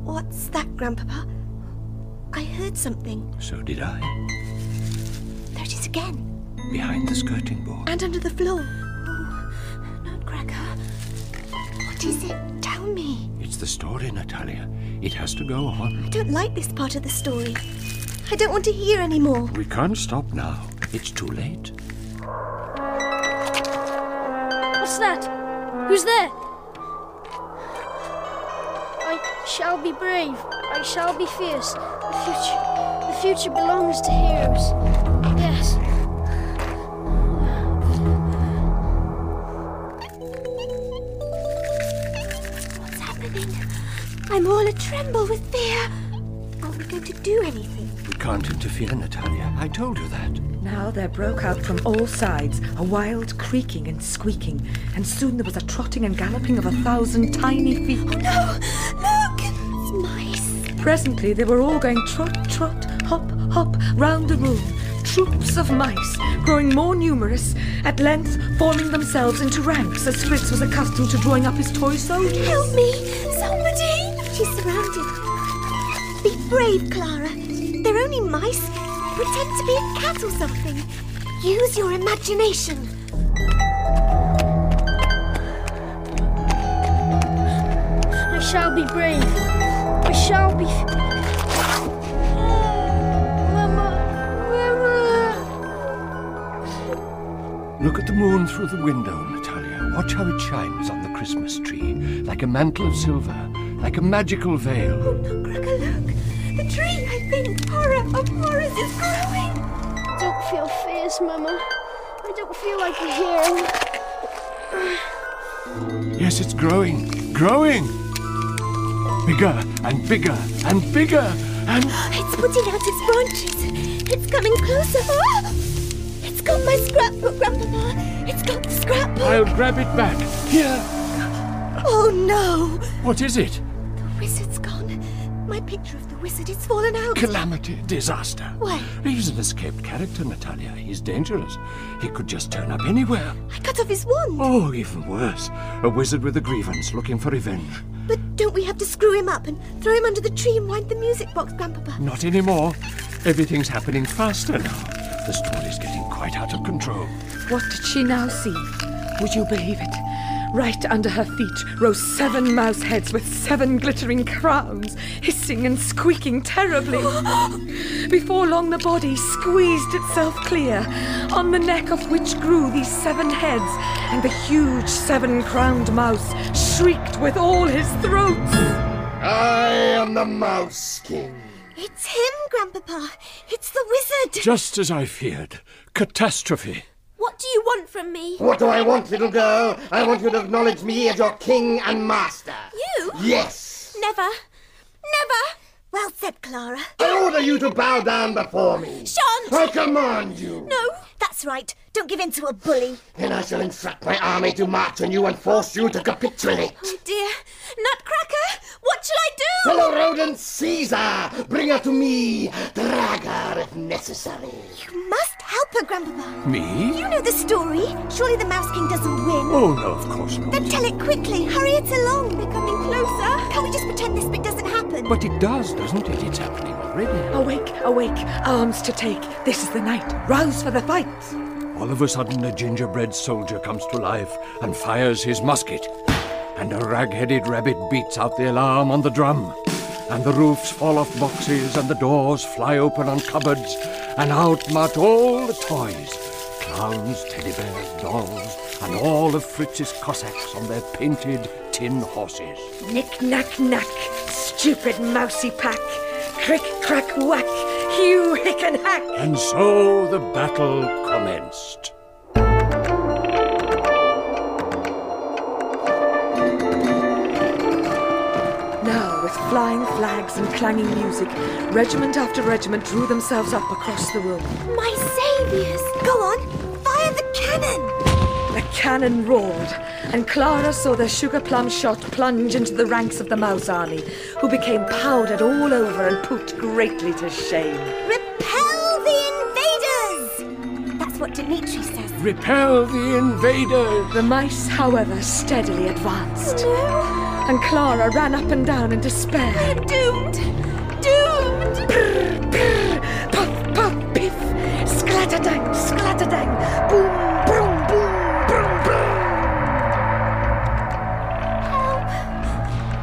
[SPEAKER 9] What's that, Grandpapa? I heard something.
[SPEAKER 6] So did I,
[SPEAKER 9] There it is again.
[SPEAKER 6] behind the skirting board.
[SPEAKER 9] And under the floor. nutcracker. What is it? Tell me.
[SPEAKER 6] It's the story, Natalia. It has to go on.
[SPEAKER 9] I don't like this part of the story. I don't want to hear any more.
[SPEAKER 6] We can't stop now. It's too late.
[SPEAKER 15] What's that? Who's there? I shall be brave. I shall be fierce. The future, the future belongs to heroes. Yes.
[SPEAKER 9] What's happening? I'm all a tremble with fear. Are we going to do anything?
[SPEAKER 6] We can't interfere, Natalia. I told you that.
[SPEAKER 3] Now there broke out from all sides a wild creaking and squeaking, and soon there was a trotting and galloping of a thousand tiny feet.
[SPEAKER 9] Oh, no! Look! It's mice!
[SPEAKER 3] Presently they were all going trot, trot, hop, hop, round the room, troops of mice, growing more numerous, at length forming themselves into ranks, as Fritz was accustomed to drawing up his toy soldiers.
[SPEAKER 9] Help me! Somebody! She's surrounded. Be brave, Clara. They're only mice. Pretend to be a cat or something. Use your imagination.
[SPEAKER 15] I shall be brave. I shall be.
[SPEAKER 6] Look at the moon through the window, Natalia. Watch how it shines on the Christmas tree, like a mantle of silver, like a magical veil.
[SPEAKER 9] Cracker, look. The tree, I think. Horror of horrors is growing.
[SPEAKER 15] I don't feel fierce, Mama. I don't feel like a hero.
[SPEAKER 6] Yes, it's growing, growing! Bigger and bigger and bigger and.
[SPEAKER 9] It's putting out its branches. It's coming closer. Ah! It's got my scrapbook, Grandpapa. It's got the scrapbook.
[SPEAKER 25] I'll grab it back. Here.
[SPEAKER 9] Oh no!
[SPEAKER 25] What is it?
[SPEAKER 9] The wizard's gone. My picture of the wizard has fallen out.
[SPEAKER 6] Calamity, disaster.
[SPEAKER 9] Why?
[SPEAKER 6] He's an escaped character, Natalia. He's dangerous. He could just turn up anywhere.
[SPEAKER 9] I cut off his wand.
[SPEAKER 6] Oh, even worse. A wizard with a grievance looking for revenge.
[SPEAKER 9] But don't we have to screw him up and throw him under the tree and wind the music box, Grandpapa?
[SPEAKER 6] Not anymore. Everything's happening faster now. The story's getting quite out of control.
[SPEAKER 3] What did she now see? Would you believe it? Right under her feet rose seven mouse heads with seven glittering crowns, hissing and squeaking terribly. Before long, the body squeezed itself clear, on the neck of which grew these seven heads, and the huge seven crowned mouse shrieked with all his throats.
[SPEAKER 25] I am the Mouse King.
[SPEAKER 9] It's him, Grandpapa. It's the wizard.
[SPEAKER 6] Just as I feared. Catastrophe.
[SPEAKER 9] What do you want from me?
[SPEAKER 25] What do I want, little girl? I want you to acknowledge me as your king and master.
[SPEAKER 9] You?
[SPEAKER 25] Yes.
[SPEAKER 9] Never. Never. Well said, Clara.
[SPEAKER 25] I order you to bow down before me.
[SPEAKER 9] Shan't.
[SPEAKER 25] I command you.
[SPEAKER 9] No, that's right. Don't give in to a bully.
[SPEAKER 25] Then I shall instruct my army to march on you and force you to capitulate.
[SPEAKER 9] Oh dear. Nutcracker, what shall I do?
[SPEAKER 25] Fellow rodent Caesar, bring her to me. Drag her if necessary.
[SPEAKER 9] You must help her, Grandpapa.
[SPEAKER 6] Me?
[SPEAKER 9] You know the story. Surely the Mouse King doesn't win.
[SPEAKER 6] Oh, no, of course not.
[SPEAKER 9] Then tell it quickly. Hurry it along. They're coming closer. Can we just pretend this bit doesn't happen?
[SPEAKER 6] But it does, doesn't it? It's happening already.
[SPEAKER 3] Awake, awake, arms to take. This is the night. Rouse for the fight.
[SPEAKER 6] All of a sudden, a gingerbread soldier comes to life and fires his musket. And a rag headed rabbit beats out the alarm on the drum. And the roofs fall off boxes, and the doors fly open on cupboards, and out march all the toys clowns, teddy bears, dolls, and all of Fritz's Cossacks on their painted tin horses.
[SPEAKER 3] Knick, knack, knack. Stupid mousy pack. Crick, crack, whack. Hugh, hick, and hack.
[SPEAKER 6] And so the battle commenced.
[SPEAKER 3] Now, with flying flags and clanging music, regiment after regiment drew themselves up across the room.
[SPEAKER 9] My saviors! Go on, fire the cannon!
[SPEAKER 3] The cannon roared, and Clara saw the sugar plum shot plunge into the ranks of the mouse army, who became powdered all over and put greatly to shame.
[SPEAKER 9] Repel the invaders! That's what Dimitri says.
[SPEAKER 6] Repel the invaders!
[SPEAKER 3] The mice, however, steadily advanced. And Clara ran up and down in despair. We're
[SPEAKER 9] doomed! Doomed!
[SPEAKER 3] Prr, prr, puff, puff, piff! Sclatterdang, sclatterdang! Boom, broom, boom, broom, broom!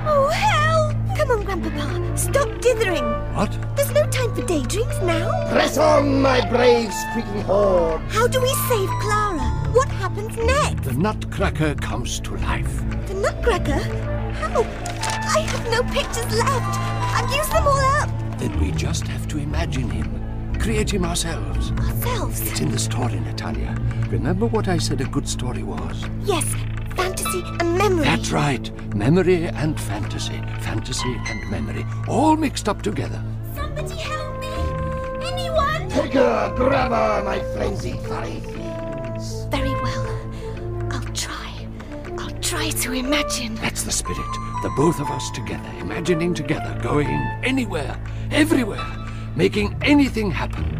[SPEAKER 9] Oh, help! Come on, Grandpapa, stop dithering.
[SPEAKER 6] What?
[SPEAKER 9] There's no time for daydreams now.
[SPEAKER 12] Press on, my brave speaking horde.
[SPEAKER 9] How do we save Clara? What happens next?
[SPEAKER 6] The nutcracker comes to life.
[SPEAKER 9] The Nutcracker? How? I have no pictures left. I've used them all up.
[SPEAKER 6] Then we just have to imagine him, create him ourselves.
[SPEAKER 9] Ourselves?
[SPEAKER 6] It's in the story, Natalia. Remember what I said a good story was?
[SPEAKER 9] Yes, fantasy and memory.
[SPEAKER 6] That's right. Memory and fantasy. Fantasy and memory. All mixed up together.
[SPEAKER 9] Somebody help me! Anyone?
[SPEAKER 12] Take her, grab her, my frenzied furry fiends.
[SPEAKER 9] Very well. I'll try. I'll try to imagine.
[SPEAKER 6] That's the spirit. The both of us together, imagining together, going anywhere, everywhere, making anything happen.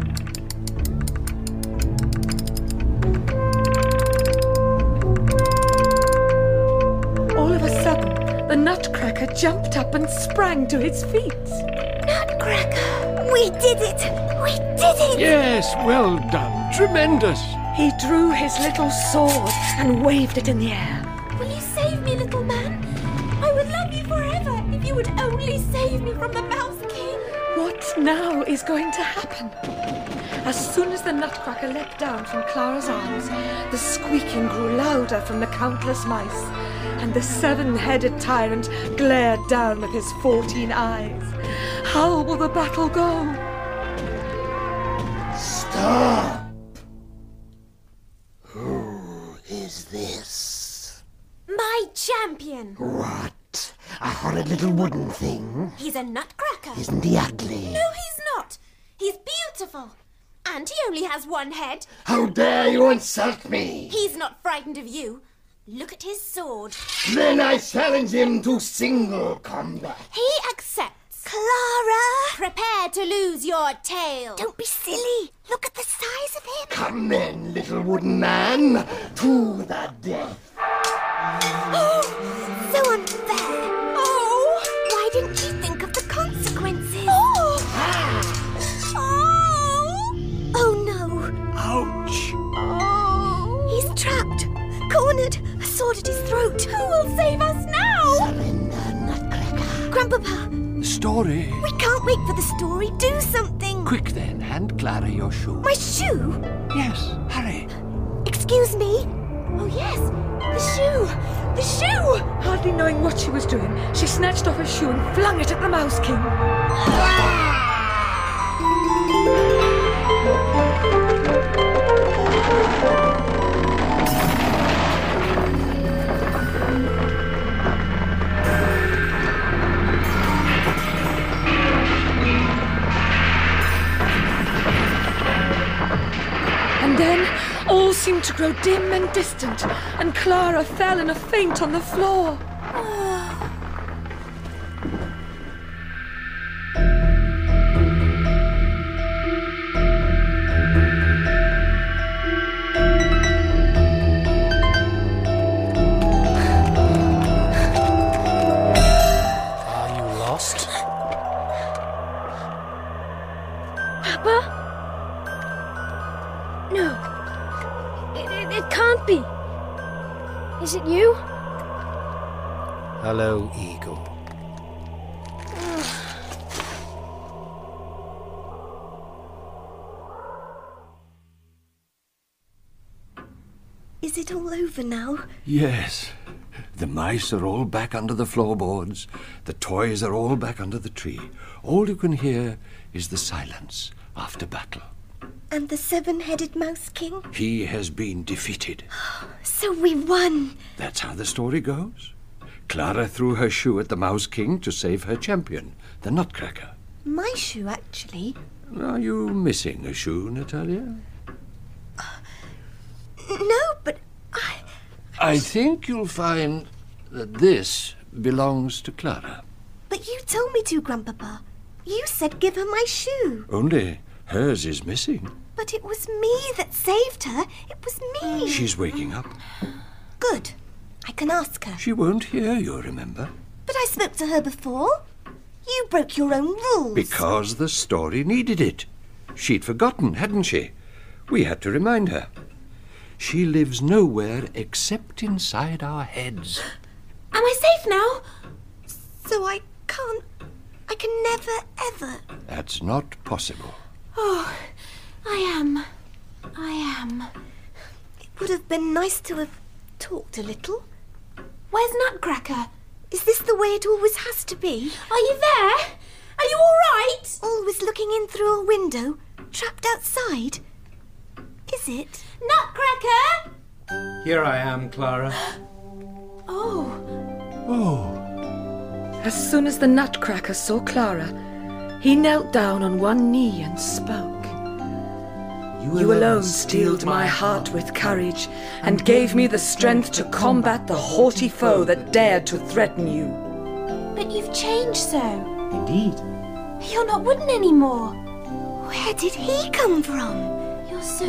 [SPEAKER 3] All of a sudden, the nutcracker jumped up and sprang to his feet.
[SPEAKER 9] Nutcracker! We did it! We did it!
[SPEAKER 6] Yes, well done. Tremendous.
[SPEAKER 3] He drew his little sword and waved it in the air.
[SPEAKER 9] Will you save me, little man? I would love you forever if you would only save me from the Mouse King.
[SPEAKER 3] What now is going to happen? As soon as the nutcracker leapt down from Clara's arms, the squeaking grew louder from the countless mice, and the seven headed tyrant glared down with his fourteen eyes. How will the battle go?
[SPEAKER 12] Stop! Who is this?
[SPEAKER 9] My champion!
[SPEAKER 12] What? A horrid little wooden thing?
[SPEAKER 9] He's a nutcracker.
[SPEAKER 12] Isn't he ugly?
[SPEAKER 9] No, he's not. He's beautiful. And he only has one head.
[SPEAKER 12] How dare you insult me?
[SPEAKER 9] He's not frightened of you. Look at his sword.
[SPEAKER 12] Then I challenge him to single combat.
[SPEAKER 9] He accepts. Clara! Prepare to lose your tail. Don't be silly. Look at the size of him.
[SPEAKER 12] Come then, little wooden man, to the death.
[SPEAKER 9] Oh, so unfair. Oh! Why didn't you think of the consequences? Oh! Oh no. Oh.
[SPEAKER 6] Ouch.
[SPEAKER 9] He's trapped, cornered, a sword at his throat. Who will save us now? Grandpapa,
[SPEAKER 6] The story.
[SPEAKER 9] we can't wait for the story. Do something.
[SPEAKER 6] Quick then, hand Clara your shoe.
[SPEAKER 9] My shoe.
[SPEAKER 6] Yes, hurry.
[SPEAKER 9] Excuse me. Oh yes, the shoe. The shoe.
[SPEAKER 3] Hardly knowing what she was doing, she snatched off her shoe and flung it at the Mouse King. And then all seemed to grow dim and distant, and Clara fell in a faint on the floor.
[SPEAKER 6] Are you lost?
[SPEAKER 15] Is it you?
[SPEAKER 26] Hello, Eagle.
[SPEAKER 9] Is it all over now?
[SPEAKER 6] Yes. The mice are all back under the floorboards. The toys are all back under the tree. All you can hear is the silence after battle.
[SPEAKER 9] And the seven headed mouse king?
[SPEAKER 6] He has been defeated.
[SPEAKER 9] So we won!
[SPEAKER 6] That's how the story goes. Clara threw her shoe at the Mouse King to save her champion, the Nutcracker.
[SPEAKER 9] My shoe, actually.
[SPEAKER 6] Are you missing a shoe, Natalia?
[SPEAKER 9] Uh, No, but
[SPEAKER 6] I think you'll find that this belongs to Clara.
[SPEAKER 9] but you told me to, Grandpapa. You said give her my shoe.
[SPEAKER 6] Only hers is missing.
[SPEAKER 9] But it was me that saved her. It was me.
[SPEAKER 6] She's waking up.
[SPEAKER 9] Good. I can ask her.
[SPEAKER 6] She won't hear you, remember?
[SPEAKER 9] But I spoke to her before. You broke your own rules.
[SPEAKER 6] Because the story needed it. She'd forgotten, hadn't she? We had to remind her. She lives nowhere except inside our heads.
[SPEAKER 9] Am I safe now? So I can't. I can never, ever.
[SPEAKER 6] That's not possible.
[SPEAKER 9] Oh, I am. I am. It would have been nice to have talked a little. Where's Nutcracker? Is this the way it always has to be? Are you there? Are you all right? Always looking in through a window, trapped outside. Is it? Nutcracker!
[SPEAKER 27] Here I am, Clara.
[SPEAKER 15] Oh.
[SPEAKER 27] Oh.
[SPEAKER 3] As soon as the nutcracker saw Clara, he knelt down on one knee and spoke. You, alone steeled my heart with courage and gave me the strength to combat the haughty foe that dared to threaten you.
[SPEAKER 12] But you've changed so.
[SPEAKER 26] Indeed.
[SPEAKER 12] You're not wooden anymore.
[SPEAKER 9] Where did he come from?
[SPEAKER 12] You're so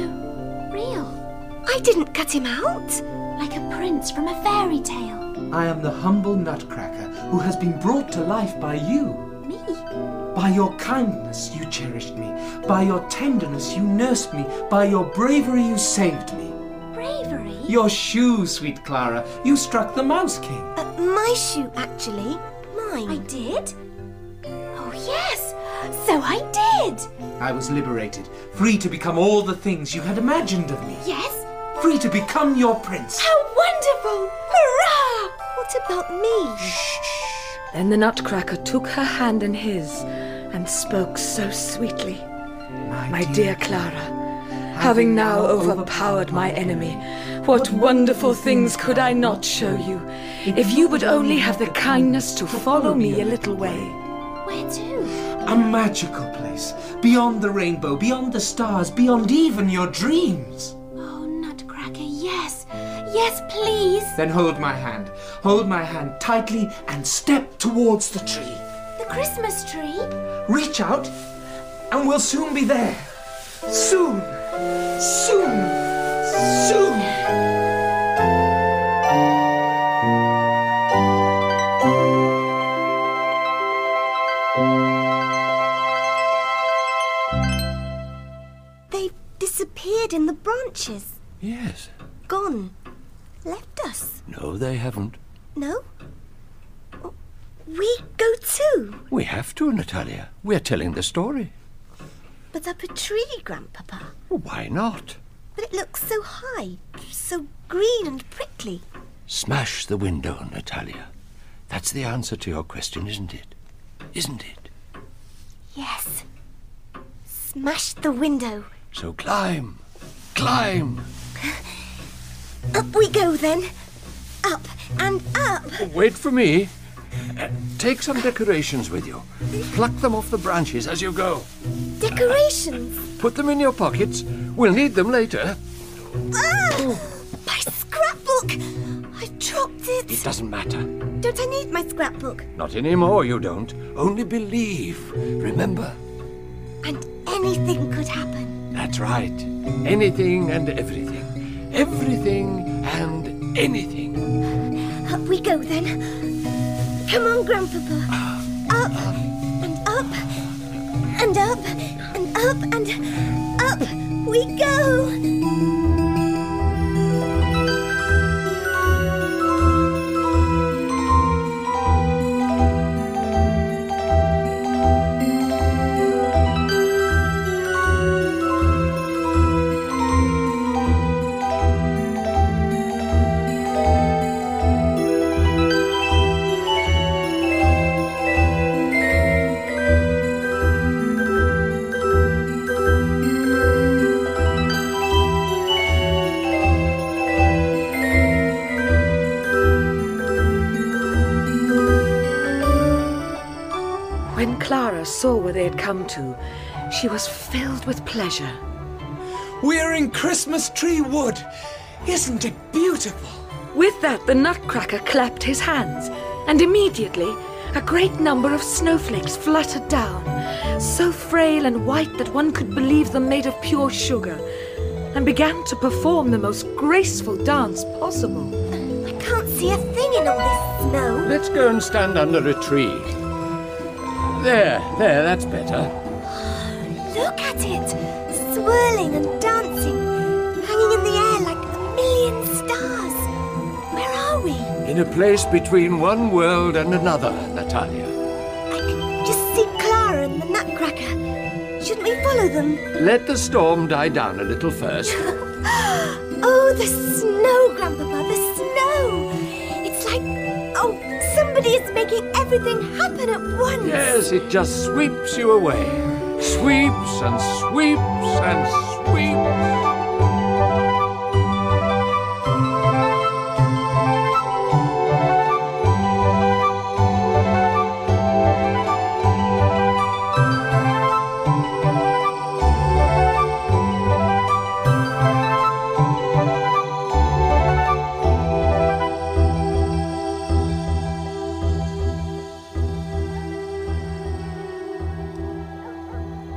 [SPEAKER 12] real.
[SPEAKER 9] I didn't cut him out.
[SPEAKER 12] Like a prince from a fairy tale.
[SPEAKER 1] I am the humble nutcracker who has been brought to life by you.
[SPEAKER 12] Me?
[SPEAKER 1] By your kindness, you cherished me. By your tenderness, you nursed me. By your bravery, you saved me.
[SPEAKER 12] Bravery?
[SPEAKER 1] Your shoe, sweet Clara. You struck the Mouse King.
[SPEAKER 9] Uh, my shoe, actually. Mine.
[SPEAKER 12] I did? Oh, yes. So I did.
[SPEAKER 1] I was liberated, free to become all the things you had imagined of me,
[SPEAKER 12] Yes.
[SPEAKER 1] free to become your prince.
[SPEAKER 12] How wonderful. Hurrah!
[SPEAKER 9] What about me?
[SPEAKER 3] Then the nutcracker took her hand in his and spoke so sweetly.
[SPEAKER 1] My,
[SPEAKER 3] dear Clara, having now overpowered my enemy, what wonderful things could I not show you if you would only have the kindness to follow me a little way?
[SPEAKER 12] Where to?
[SPEAKER 1] A magical place, beyond the rainbow, beyond the stars, beyond even your dreams.
[SPEAKER 12] Oh, Nutcracker, yes. Yes, please.
[SPEAKER 1] Then hold my hand. Hold my hand tightly and step towards the tree.
[SPEAKER 12] The Christmas tree?
[SPEAKER 1] Reach out, and we'll soon be there. Soon, soon, soon.
[SPEAKER 9] They've disappeared in the branches.
[SPEAKER 6] Yes.
[SPEAKER 9] Gone. Left us.
[SPEAKER 6] No, they haven't.
[SPEAKER 9] No? We go too.
[SPEAKER 6] We have to, Natalia. We're telling the story.
[SPEAKER 9] But up a tree, Grandpapa.
[SPEAKER 6] Why not?
[SPEAKER 9] But it looks so high, so green and prickly.
[SPEAKER 6] Smash the window, Natalia. That's the answer to your question, isn't it? Isn't it?
[SPEAKER 9] Yes. Smash the window.
[SPEAKER 6] So climb, climb.
[SPEAKER 9] Up we go then. Up and up.
[SPEAKER 6] Wait for me. Uh, take some decorations with you. Pluck them off the branches as you go.
[SPEAKER 9] Decorations.
[SPEAKER 6] Put them in your pockets. We'll need them later.
[SPEAKER 9] Ah! My scrapbook. I dropped it.
[SPEAKER 6] It doesn't matter.
[SPEAKER 9] Don't I need my scrapbook?
[SPEAKER 6] Not anymore, you don't. Only believe. Remember.
[SPEAKER 9] Anything could happen.
[SPEAKER 6] That's right. Anything and everything. Everything and anything.
[SPEAKER 9] Up we go then. Come on, Grandpapa. Up and up and up and up and up we go.
[SPEAKER 28] When Clara saw where they had come to, she was filled with pleasure.
[SPEAKER 29] We're in Christmas Tree Wood. Isn't it beautiful?
[SPEAKER 28] With that, the nutcracker clapped his hands, and immediately a great number of snowflakes fluttered down, so frail and white that one could believe them made of pure sugar, and began to perform the most graceful dance possible.
[SPEAKER 9] I can't see a thing in all this snow.
[SPEAKER 6] Let's go and stand under a tree. There, there, that's better.
[SPEAKER 9] Look at it, swirling and dancing, hanging in the air like a million stars. Where are we?
[SPEAKER 6] In a place between one world and another, Natalia.
[SPEAKER 9] Just see Clara and the Nutcracker. Shouldn't we follow them?
[SPEAKER 6] Let the storm die down a little first.
[SPEAKER 9] Oh, the snow, Grandpapa, the snow! It's like, oh, somebody is making everything happen at once.
[SPEAKER 6] Yes, it just sweeps you away. Sweeps and sweeps and sweeps.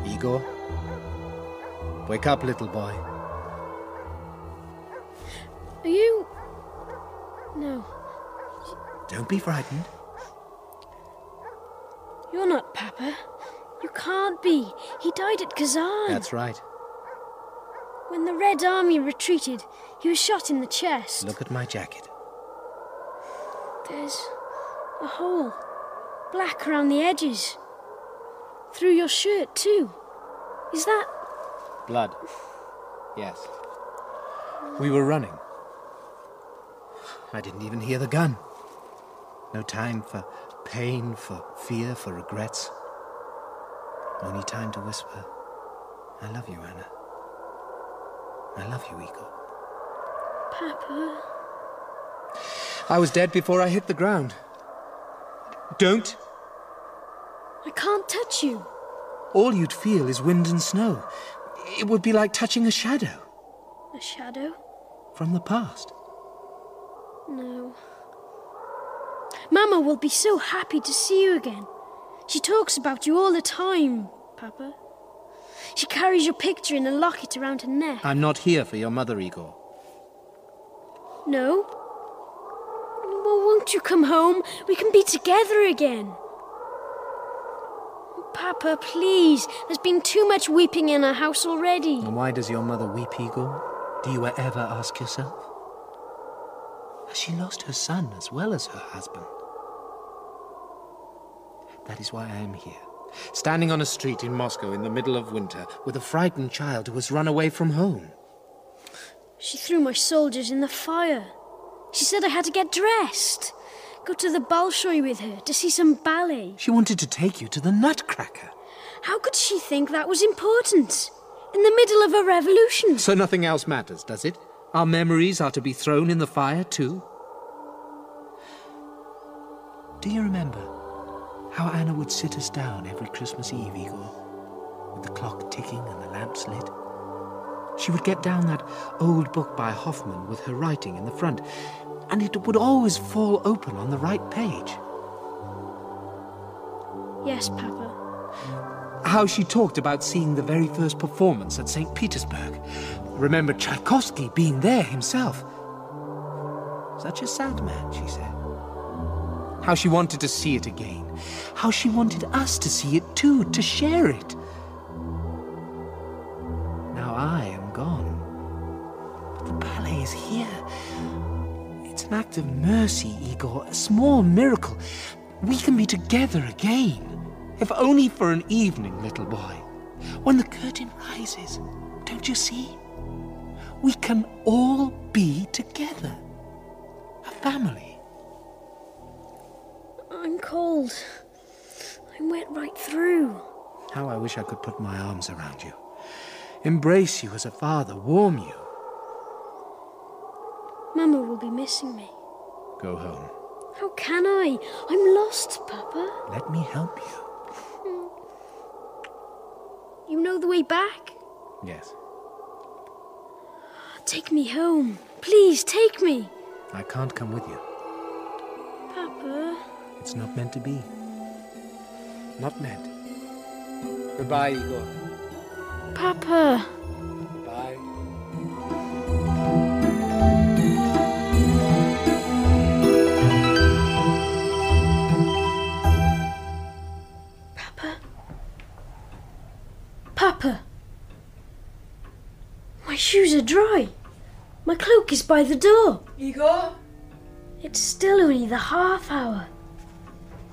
[SPEAKER 1] Igor? Wake up, little boy.
[SPEAKER 15] Are you. No,
[SPEAKER 1] Don't be frightened.
[SPEAKER 15] you're not Papa. You can't be. He died at Kazan.
[SPEAKER 1] That's right.
[SPEAKER 15] When the Red Army retreated, he was shot in the chest.
[SPEAKER 1] Look at my jacket.
[SPEAKER 15] There's a hole, black around the edges. Through your shirt, too. Is that.
[SPEAKER 1] Blood. Yes. We were running. I didn't even hear the gun. No time for pain, for fear, for regrets. Only time to whisper, I love you, Anna. I love you, Igor.
[SPEAKER 15] Papa?
[SPEAKER 1] I was dead before I hit the ground. Don't!
[SPEAKER 15] I can't touch you.
[SPEAKER 1] All you'd feel is wind and snow. It would be like touching a shadow
[SPEAKER 15] A shadow?
[SPEAKER 1] from the past.
[SPEAKER 15] No. Mama will be so happy to see you again. She talks about you all the time, Papa. She carries your picture in a locket around her neck.
[SPEAKER 1] I'm not here for your mother, Igor.
[SPEAKER 15] No? Well, won't you come home? We can be together again. Papa, please. There's been too much weeping in our house already.
[SPEAKER 1] And why does your mother weep, Igor? Do you ever ask yourself? Has she lost her son as well as her husband? That is why I am here, standing on a street in Moscow in the middle of winter with a frightened child who has run away from home.
[SPEAKER 15] She threw my soldiers in the fire. She said I had to get dressed, go to the Bolshoi with her to see some ballet.
[SPEAKER 1] She wanted to take you to the Nutcracker,
[SPEAKER 15] How could she think that was important? In the middle of a revolution?
[SPEAKER 1] so nothing else matters, does it? Our memories are to be thrown in the fire, too. Do you remember how Anna would sit us down every Christmas Eve, Igor, with the clock ticking and the lamps lit? She would get down that old book by Hoffman with her writing in the front, and it would always fall open on the right page.
[SPEAKER 15] Yes, Papa.
[SPEAKER 1] How she talked about seeing the very first performance at St. Petersburg. Remember Tchaikovsky being there himself. Such a sad man, she said. How she wanted to see it again. How she wanted us to see it too, to share it. Now I am gone. But the ballet is here. It's an act of mercy, Igor, a small miracle. We can be together again. If only for an evening, little boy. When the curtain rises, don't you see? We can all be together. A family.
[SPEAKER 15] I'm cold. I'm wet right through.
[SPEAKER 1] How I wish I could put my arms around you. Embrace you as a father, warm you.
[SPEAKER 15] Mama will be missing me.
[SPEAKER 1] Go home.
[SPEAKER 15] How can I? I'm lost, Papa.
[SPEAKER 1] Let me help you.
[SPEAKER 15] all the way back?
[SPEAKER 30] Yes,
[SPEAKER 15] Take me home. Please take me.
[SPEAKER 30] I can't come with you.
[SPEAKER 15] Papa.
[SPEAKER 30] It's not meant to be. Not meant.
[SPEAKER 1] Goodbye, Igor.
[SPEAKER 15] Papa.
[SPEAKER 1] Goodbye.
[SPEAKER 15] Papa. My shoes are dry. My cloak is by the door.
[SPEAKER 31] Igor?
[SPEAKER 15] It's still only the half hour.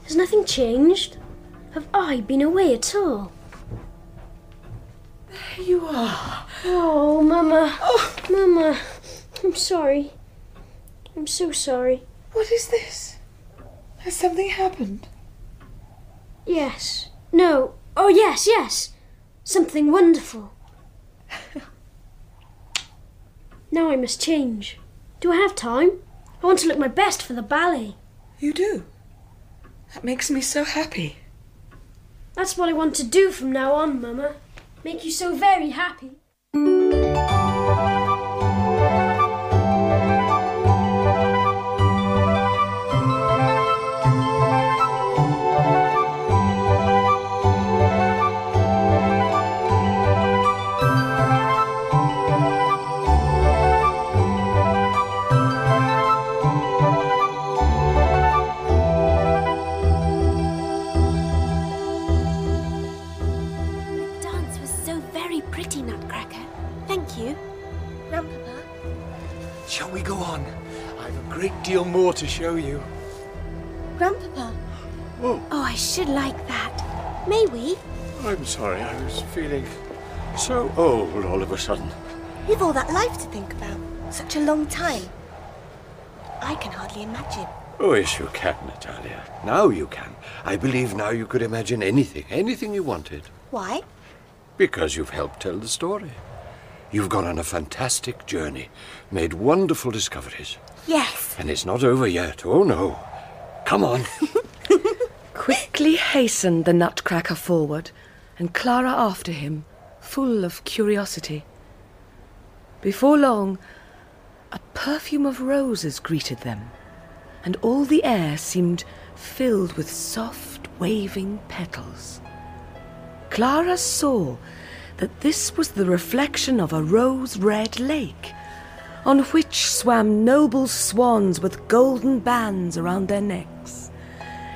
[SPEAKER 15] Has nothing changed? Have I been away at all? There
[SPEAKER 31] you are.
[SPEAKER 15] Oh, Mama. Oh. Mama, I'm sorry. I'm so sorry.
[SPEAKER 31] What is this? Has something happened?
[SPEAKER 15] Yes. No. Oh, yes, yes. Something wonderful. now I must change. Do I have time? I want to look my best for the ballet.
[SPEAKER 31] You do? That makes me so happy.
[SPEAKER 15] That's what I want to do from now on, Mama. Make you so very happy.
[SPEAKER 9] The dance was so very pretty, Nutcracker. Thank you. Grandpapa,
[SPEAKER 1] Shall we go on? I've a great deal more to show you.
[SPEAKER 9] Grandpapa.
[SPEAKER 1] Oh.
[SPEAKER 9] Oh, I should like that. May we?
[SPEAKER 1] I'm sorry, I was feeling so old all of a sudden.
[SPEAKER 9] You've all that life to think about. Such a long time. I can hardly imagine.
[SPEAKER 6] Oh, yes, you can, Natalia. Now you can. I believe now you could imagine anything, anything you wanted.
[SPEAKER 9] Why?
[SPEAKER 6] Because you've helped tell the story. You've gone on a fantastic journey, made wonderful discoveries.
[SPEAKER 9] Yes.
[SPEAKER 6] And it's not over yet. Oh, no. Come on.
[SPEAKER 3] Quickly hastened the nutcracker forward, and Clara after him, full of curiosity. Before long, a perfume of roses greeted them, and all the air seemed filled with soft, waving petals. Clara saw that this was the reflection of a rose red lake, on which swam noble swans with golden bands around their necks,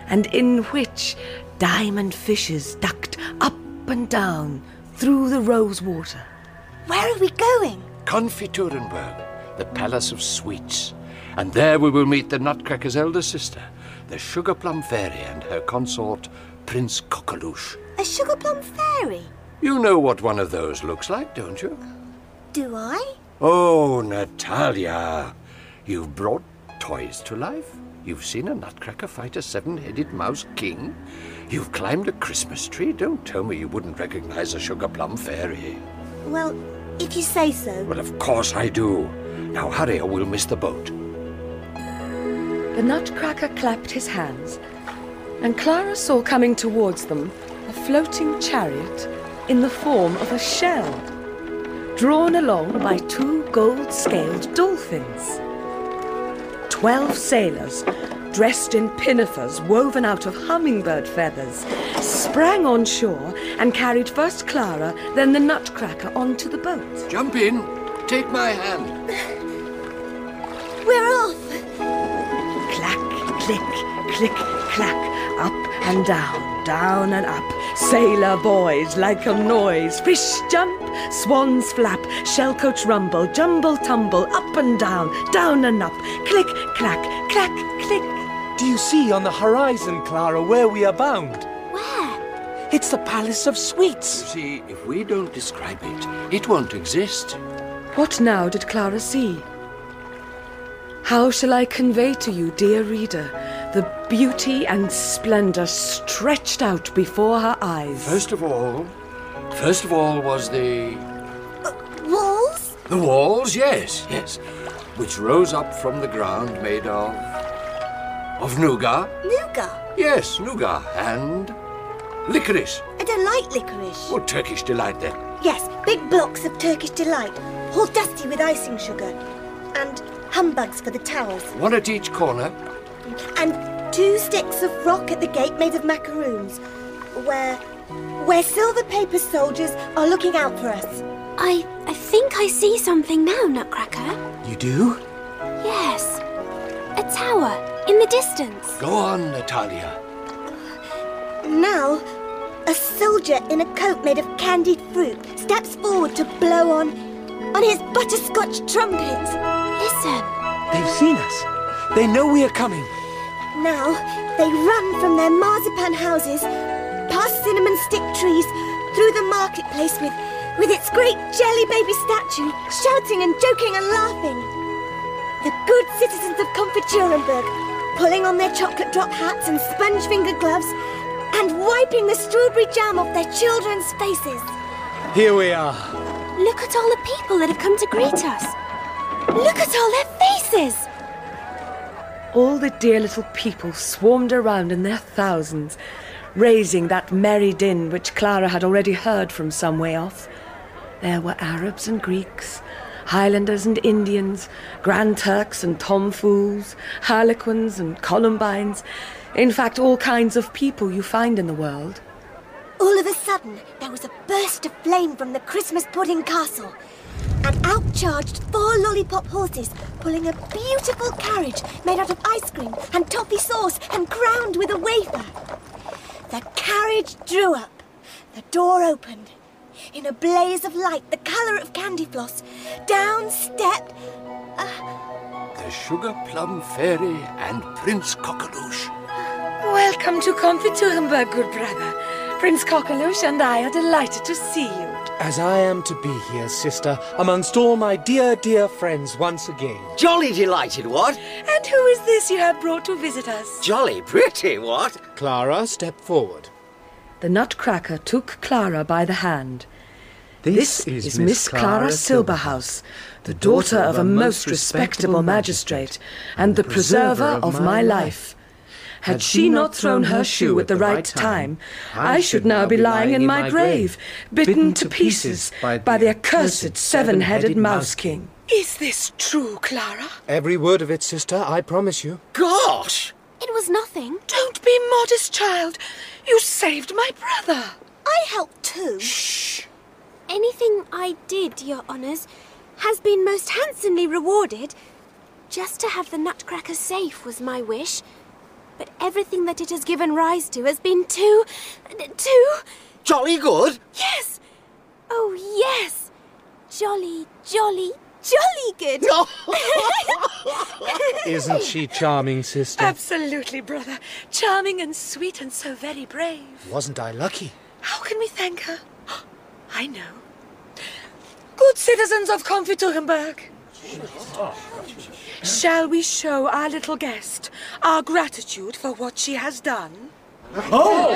[SPEAKER 3] and in which diamond fishes ducked up and down through the rose water.
[SPEAKER 9] Where are we going?
[SPEAKER 6] Confiturenberg, the Palace of Sweets. And there we will meet the Nutcracker's elder sister, the Sugar Plum Fairy, and her consort, Prince Cockaloosh.
[SPEAKER 9] A sugar plum fairy?
[SPEAKER 6] You know what one of those looks like, don't you?
[SPEAKER 9] Do I?
[SPEAKER 6] Oh, Natalia, you've brought toys to life. You've seen a nutcracker fight a seven headed mouse king. You've climbed a Christmas tree. Don't tell me you wouldn't recognize a sugar plum fairy.
[SPEAKER 9] Well, if you say so.
[SPEAKER 6] Well, of course I do. Now hurry or we'll miss the boat.
[SPEAKER 3] The nutcracker clapped his hands, and Clara saw coming towards them a floating chariot in the form of a shell, drawn along by two gold scaled dolphins. Twelve sailors, dressed in pinafores woven out of hummingbird feathers, sprang on shore and carried first Clara, then the nutcracker onto the boat.
[SPEAKER 6] Jump in, take my hand.
[SPEAKER 9] We're off!
[SPEAKER 3] Clack, click, click, clack, up and down, down and up. Sailor boys, like a noise. Fish jump, swans flap, shellcoach rumble, jumble tumble, up and down, down and up. Click, clack, clack, click.
[SPEAKER 1] Do you see on the horizon, Clara, where we are bound?
[SPEAKER 9] Where?
[SPEAKER 1] It's the Palace of Sweets.
[SPEAKER 6] You see, if we don't describe it, it won't exist.
[SPEAKER 3] What now did Clara see? How shall I convey to you, dear reader, the beauty and splendour stretched out before her eyes?
[SPEAKER 6] First of all, first of all was the
[SPEAKER 9] Walls?
[SPEAKER 6] the walls. Yes, yes, which rose up from the ground, made of of nougat.
[SPEAKER 9] Nougat?
[SPEAKER 6] Yes, nougat and Licorice.
[SPEAKER 9] I don't like licorice.
[SPEAKER 6] Well, Turkish delight then.
[SPEAKER 9] Yes, big blocks of Turkish delight, all dusty with icing sugar, and humbugs for the towels,
[SPEAKER 6] One at each corner.
[SPEAKER 9] and two sticks of rock at the gate made of macaroons, where where silver paper soldiers are looking out for us.
[SPEAKER 12] I, I think I see something now, Nutcracker.
[SPEAKER 1] You do?
[SPEAKER 12] Yes. A tower in the distance.
[SPEAKER 6] Go on, Natalia.
[SPEAKER 9] Now, a soldier in a coat made of candied fruit steps forward to blow on on his butterscotch trumpet.
[SPEAKER 12] Listen.
[SPEAKER 1] They've seen us. They know we are coming.
[SPEAKER 9] Now they run from their marzipan houses, past cinnamon stick trees, through the marketplace with, with its great jelly baby statue, shouting and joking and laughing. The good citizens of Konfiturenburg, pulling on their chocolate drop hats and sponge finger gloves, and wiping the strawberry jam off their children's faces.
[SPEAKER 1] Here we are.
[SPEAKER 12] Look at all the people that have come to greet us. Look at all their faces.
[SPEAKER 3] All the dear little people swarmed around in their thousands, raising that merry din which Clara had already heard from some way off. There were Arabs and Greeks, Highlanders and Indians, Grand Turks and Tomfools, Harlequins and Columbines, in fact, all kinds of people you find in the world.
[SPEAKER 9] All of a sudden, there was a burst of flame from the Christmas pudding castle. And out charged four lollipop horses, pulling a beautiful carriage made out of ice cream and toffee sauce and crowned with a wafer. The carriage drew up. The door opened. In a blaze of light, the colour of candy floss, down stepped.
[SPEAKER 6] The Sugar Plum Fairy and Prince Cockadoosh.
[SPEAKER 32] Welcome to Konfiturenburg, good brother. Prince Cockaloos and I are delighted to see you.
[SPEAKER 1] As I am to be here, sister, amongst all my dear, dear friends once again.
[SPEAKER 10] Jolly delighted, what?
[SPEAKER 32] And who is this you have brought to visit us?
[SPEAKER 10] Jolly pretty, what?
[SPEAKER 1] Clara, step forward.
[SPEAKER 3] The Nutcracker took Clara by the hand.
[SPEAKER 1] This is Miss Clara
[SPEAKER 3] Silberhouse, the daughter of a most respectable magistrate and the preserver of my life. Had she not thrown her shoe at the right time, I should now be lying in my grave, bitten to pieces by the accursed seven-headed Mouse King.
[SPEAKER 33] Is this true, Clara?
[SPEAKER 1] Every word of it, sister, I promise you.
[SPEAKER 33] Gosh!
[SPEAKER 12] It was nothing.
[SPEAKER 33] Don't be modest, child. You saved my brother.
[SPEAKER 9] I helped too. Shh.
[SPEAKER 12] Anything I did, Your Honours, has been most handsomely rewarded. Just to have the Nutcracker safe was my wish. But everything that it has given rise to has been too. too.
[SPEAKER 10] Jolly good.
[SPEAKER 12] Yes! Oh, yes! Jolly, jolly, jolly good! No!
[SPEAKER 1] Isn't she charming, sister?
[SPEAKER 33] Absolutely, brother. Charming and sweet and so very brave.
[SPEAKER 1] Wasn't I lucky?
[SPEAKER 33] How can we thank her? I know. Good citizens of Konfiturenberg, shall we show our little guest our gratitude for what she has done?
[SPEAKER 10] Oh,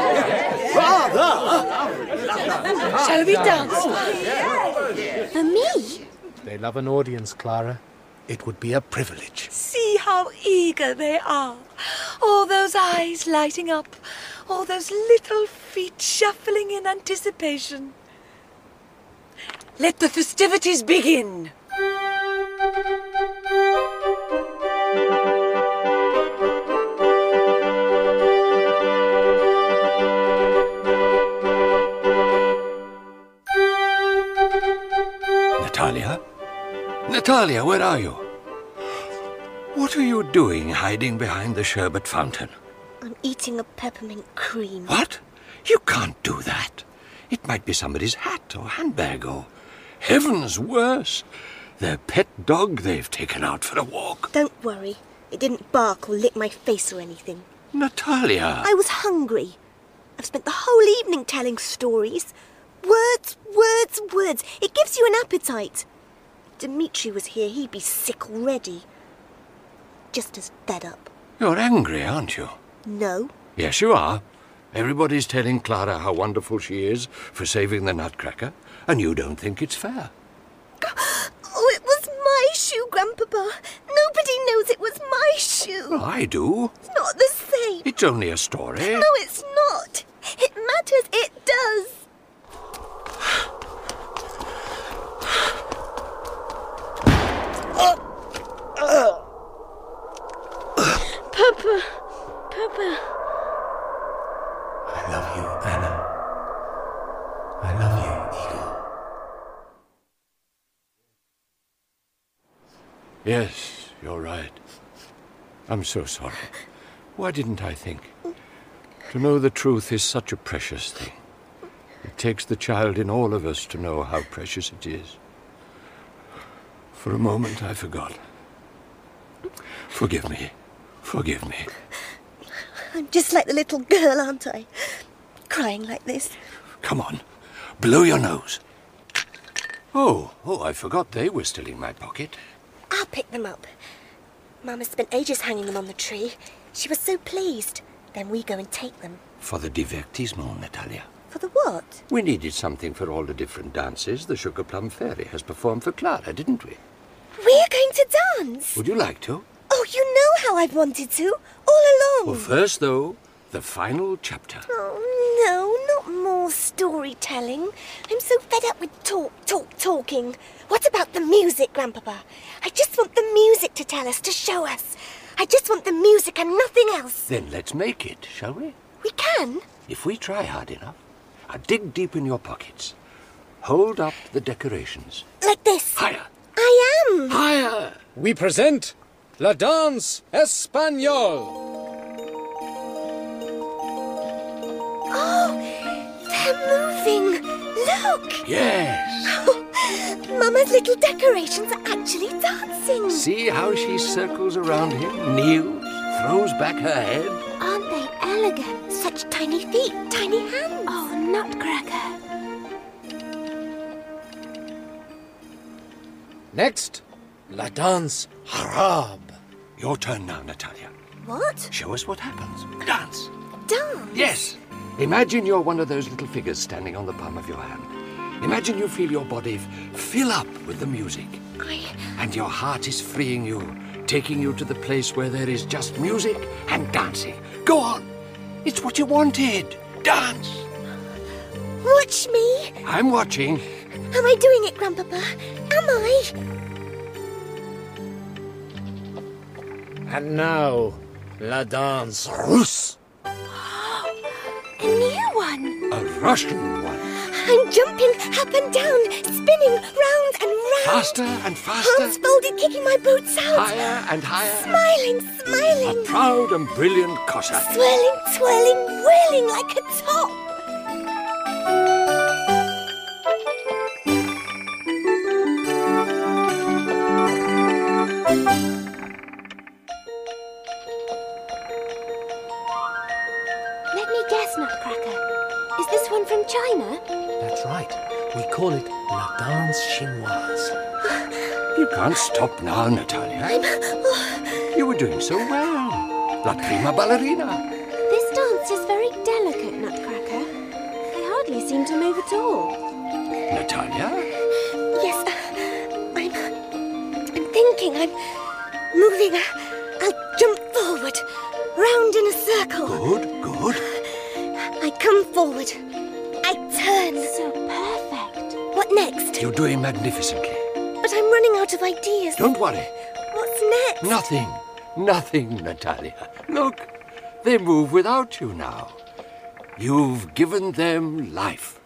[SPEAKER 10] rather.
[SPEAKER 33] Shall we dance?
[SPEAKER 12] Oh, For me?
[SPEAKER 1] They love an audience, Clara. It would be a privilege.
[SPEAKER 33] See how eager they are. All those eyes lighting up, all those little feet shuffling in anticipation. Let the festivities begin.
[SPEAKER 6] Natalia? Natalia, where are you? What are you doing hiding behind the sherbet fountain?
[SPEAKER 9] I'm eating a peppermint cream.
[SPEAKER 6] What? You can't do that. It might be somebody's hat or handbag or. Heavens, worse! Their pet dog they've taken out for a walk.
[SPEAKER 9] Don't worry, it didn't bark or lick my face or anything.
[SPEAKER 6] Natalia!
[SPEAKER 9] I was hungry. I've spent the whole evening telling stories. Words, words, words. It gives you an appetite. If Dimitri was here, he'd be sick already. Just as fed up.
[SPEAKER 6] You're angry, aren't you?
[SPEAKER 9] No,
[SPEAKER 6] Yes, you are. Everybody's telling Clara how wonderful she is for saving the nutcracker, and you don't think it's fair.
[SPEAKER 9] Oh, it was my shoe, Grandpapa. Nobody knows it was my shoe.
[SPEAKER 6] Well, I do.
[SPEAKER 9] It's not the same.
[SPEAKER 6] It's only a story.
[SPEAKER 9] No, it's not. It matters, it does. Papa, Papa.
[SPEAKER 2] I love you, Anna.
[SPEAKER 1] I love you,
[SPEAKER 6] Yes, you're right. I'm so sorry. Why didn't I think? To know the truth is such a precious thing. It takes the child in all of us to know how precious it is. For a moment, I forgot. Forgive me. Forgive me.
[SPEAKER 9] I'm just like the little girl, aren't I? Crying like this.
[SPEAKER 6] Come on. Blow your nose. Oh, oh, I forgot they were still in my pocket.
[SPEAKER 9] I'll pick them up. Mama spent ages hanging them on the tree. She was so pleased. Then we go and take them.
[SPEAKER 6] For the divertissement, Natalia.
[SPEAKER 9] For the what?
[SPEAKER 6] We needed something for all the different dances the Sugar Plum Fairy has performed for Clara, didn't we?
[SPEAKER 9] We're going to dance!
[SPEAKER 6] Would you like to?
[SPEAKER 9] Oh, you know how I've wanted to, all along.
[SPEAKER 6] Well, first, though, the final chapter.
[SPEAKER 9] Oh, no, not more storytelling. I'm so fed up with talk, talk, talking. What about the music, Grandpapa? I just want the music to tell us, to show us. I just want the music and nothing else.
[SPEAKER 6] Then let's make it, shall we?
[SPEAKER 9] We can?
[SPEAKER 6] If we try hard enough, I'll dig deep in your pockets. Hold up the decorations.
[SPEAKER 9] Like this.
[SPEAKER 6] Higher.
[SPEAKER 9] I am.
[SPEAKER 6] Higher.
[SPEAKER 7] We present La Danse Espagnole.
[SPEAKER 9] They're moving. Look!
[SPEAKER 6] Yes.
[SPEAKER 9] Mama's little decorations are actually dancing.
[SPEAKER 6] See how she circles around him, kneels, throws back her head.
[SPEAKER 9] Aren't they elegant? Such tiny feet, tiny hands. Oh, Nutcracker.
[SPEAKER 7] Next, La Danse Harab.
[SPEAKER 6] Your turn now, Natalia.
[SPEAKER 9] What?
[SPEAKER 6] Show us what happens. Dance.
[SPEAKER 9] Dance?
[SPEAKER 6] Yes. Imagine you're one of those little figures standing on the palm of your hand. Imagine you feel your body f- fill up with the music. And your heart is freeing you, taking you to the place where there is just music and dancing. Go on. It's what you wanted. Dance.
[SPEAKER 9] Watch me.
[SPEAKER 6] I'm watching.
[SPEAKER 9] Am I doing it, Grandpapa? Am I?
[SPEAKER 7] And now, La Danse Russe.
[SPEAKER 9] A new one.
[SPEAKER 6] A Russian one.
[SPEAKER 9] I'm jumping up and down, spinning round and round.
[SPEAKER 6] Faster and faster.
[SPEAKER 9] Hands folded, kicking my boots out.
[SPEAKER 6] Higher and higher.
[SPEAKER 9] Smiling,
[SPEAKER 6] A
[SPEAKER 9] smiling.
[SPEAKER 6] proud and brilliant Cossack.
[SPEAKER 9] Swirling, twirling, whirling like a top.
[SPEAKER 12] Let me guess, Nutcracker. Is this one from China?
[SPEAKER 1] That's right. We call it La Danse Chinoise.
[SPEAKER 6] You can't stop now, Natalia.
[SPEAKER 9] oh,
[SPEAKER 6] You were doing so well. La prima ballerina.
[SPEAKER 12] This dance is very delicate, Nutcracker. They hardly seem to move at all.
[SPEAKER 6] Natalia?
[SPEAKER 9] Yes, uh, I'm. I'm thinking. I'm moving. I'll jump forward, round in a circle.
[SPEAKER 6] Good, good.
[SPEAKER 9] I come forward. I turn. So perfect. What next?
[SPEAKER 6] You're doing magnificently.
[SPEAKER 9] But I'm running out of ideas.
[SPEAKER 6] Don't worry.
[SPEAKER 9] What's next?
[SPEAKER 6] Nothing. Nothing, Natalia. Look, they move without you now. You've given them life.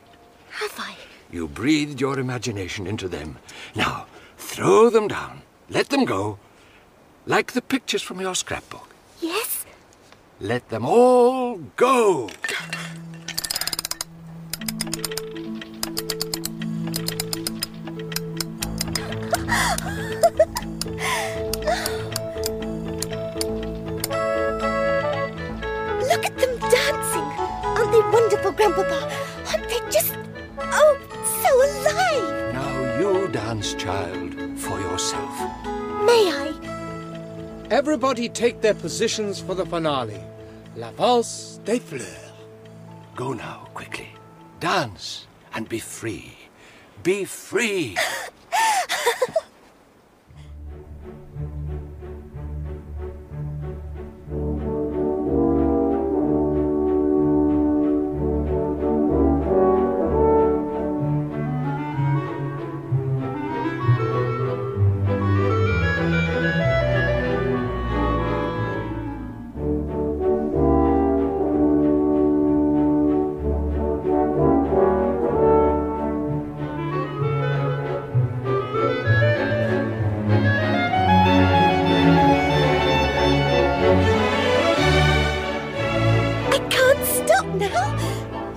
[SPEAKER 9] Have I?
[SPEAKER 6] You breathed your imagination into them. Now, throw them down. Let them go. Like the pictures from your scrapbook.
[SPEAKER 9] Yes?
[SPEAKER 6] Let them all go.
[SPEAKER 9] Look at them dancing. Aren't they wonderful, Grandpapa? Aren't they just. Oh, so alive!
[SPEAKER 6] Now you dance, child, for yourself.
[SPEAKER 9] May I?
[SPEAKER 7] Everybody take their positions for the finale. La Valse des Fleurs.
[SPEAKER 6] Go now, quickly. Dance and be free. Be free.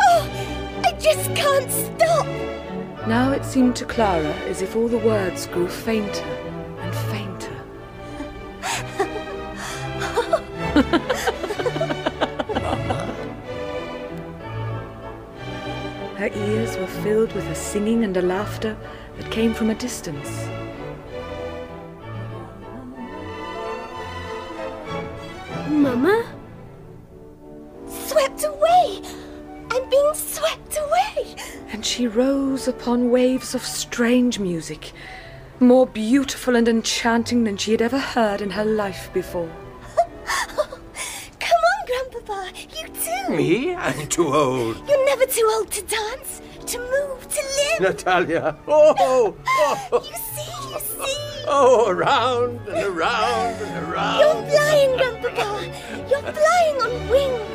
[SPEAKER 9] Oh, just can't stop!
[SPEAKER 12] Now it seemed to Clara as if all the words grew fainter and fainter. Her ears were filled with a singing and a laughter that came from a distance.
[SPEAKER 9] Mama? Swept away! I'm being swept away!
[SPEAKER 12] And she rose upon waves of strange music, more beautiful and enchanting than she had ever heard in her life before.
[SPEAKER 9] Come on, Grandpapa, you too!
[SPEAKER 6] Me? I'm too old.
[SPEAKER 9] You're never too old to dance, to move, to live!
[SPEAKER 6] Natalia. Oh, oh,
[SPEAKER 9] You see, you see!
[SPEAKER 6] oh, around and around and around.
[SPEAKER 9] You're flying, Grandpapa! You're flying on wings!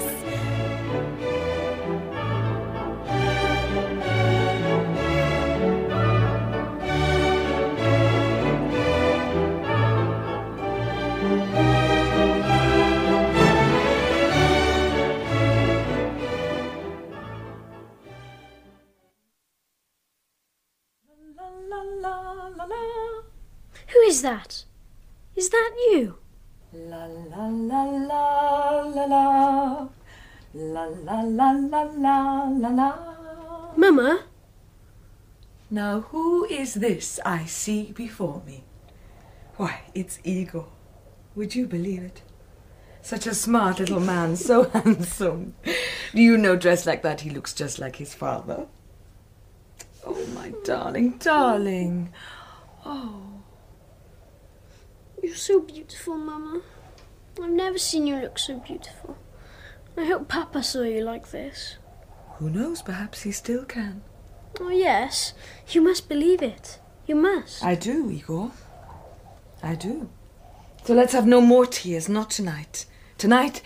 [SPEAKER 15] Who is that? Is that you?
[SPEAKER 3] La la la la la la la la la la la la la.
[SPEAKER 15] Mama?
[SPEAKER 3] Now who is this I see before me? Why, it's Igor. Would you believe it? Such a smart little man, so handsome. Do you know, dressed like that, he looks just like his father. Oh, my darling, darling.
[SPEAKER 15] Oh. You're so beautiful, Mama. I've never seen you look so beautiful. I hope Papa saw you like this.
[SPEAKER 3] Who knows, perhaps he still can.
[SPEAKER 15] Oh, yes. You must believe it. You must.
[SPEAKER 3] I do, Igor. I do. So let's have no more tears, not tonight. Tonight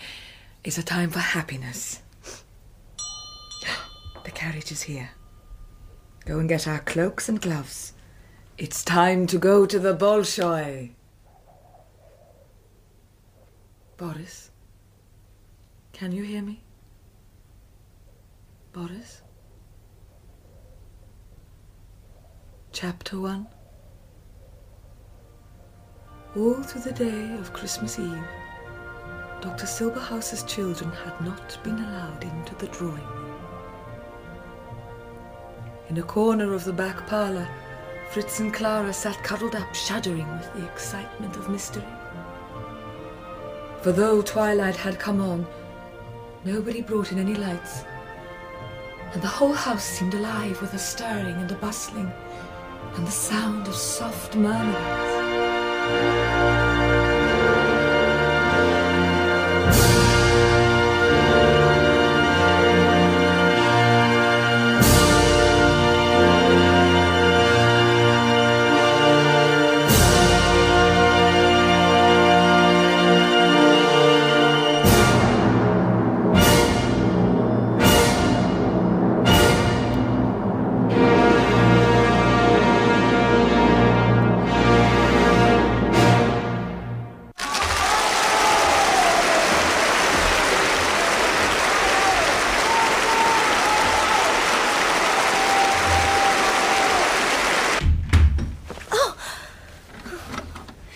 [SPEAKER 3] is a time for happiness. The carriage is here. Go and get our cloaks and gloves. It's time to go to the Bolshoi. Boris, can you hear me? Boris? Chapter 1 all through the day of Christmas Eve, Dr. Silberhouse's children had not been allowed into the drawing room. In a corner of the back parlour, Fritz and Clara sat cuddled up, shuddering with the excitement of mystery. For though twilight had come on, nobody brought in any lights, and the whole house seemed alive with a stirring and a bustling, and the sound of soft murmurings.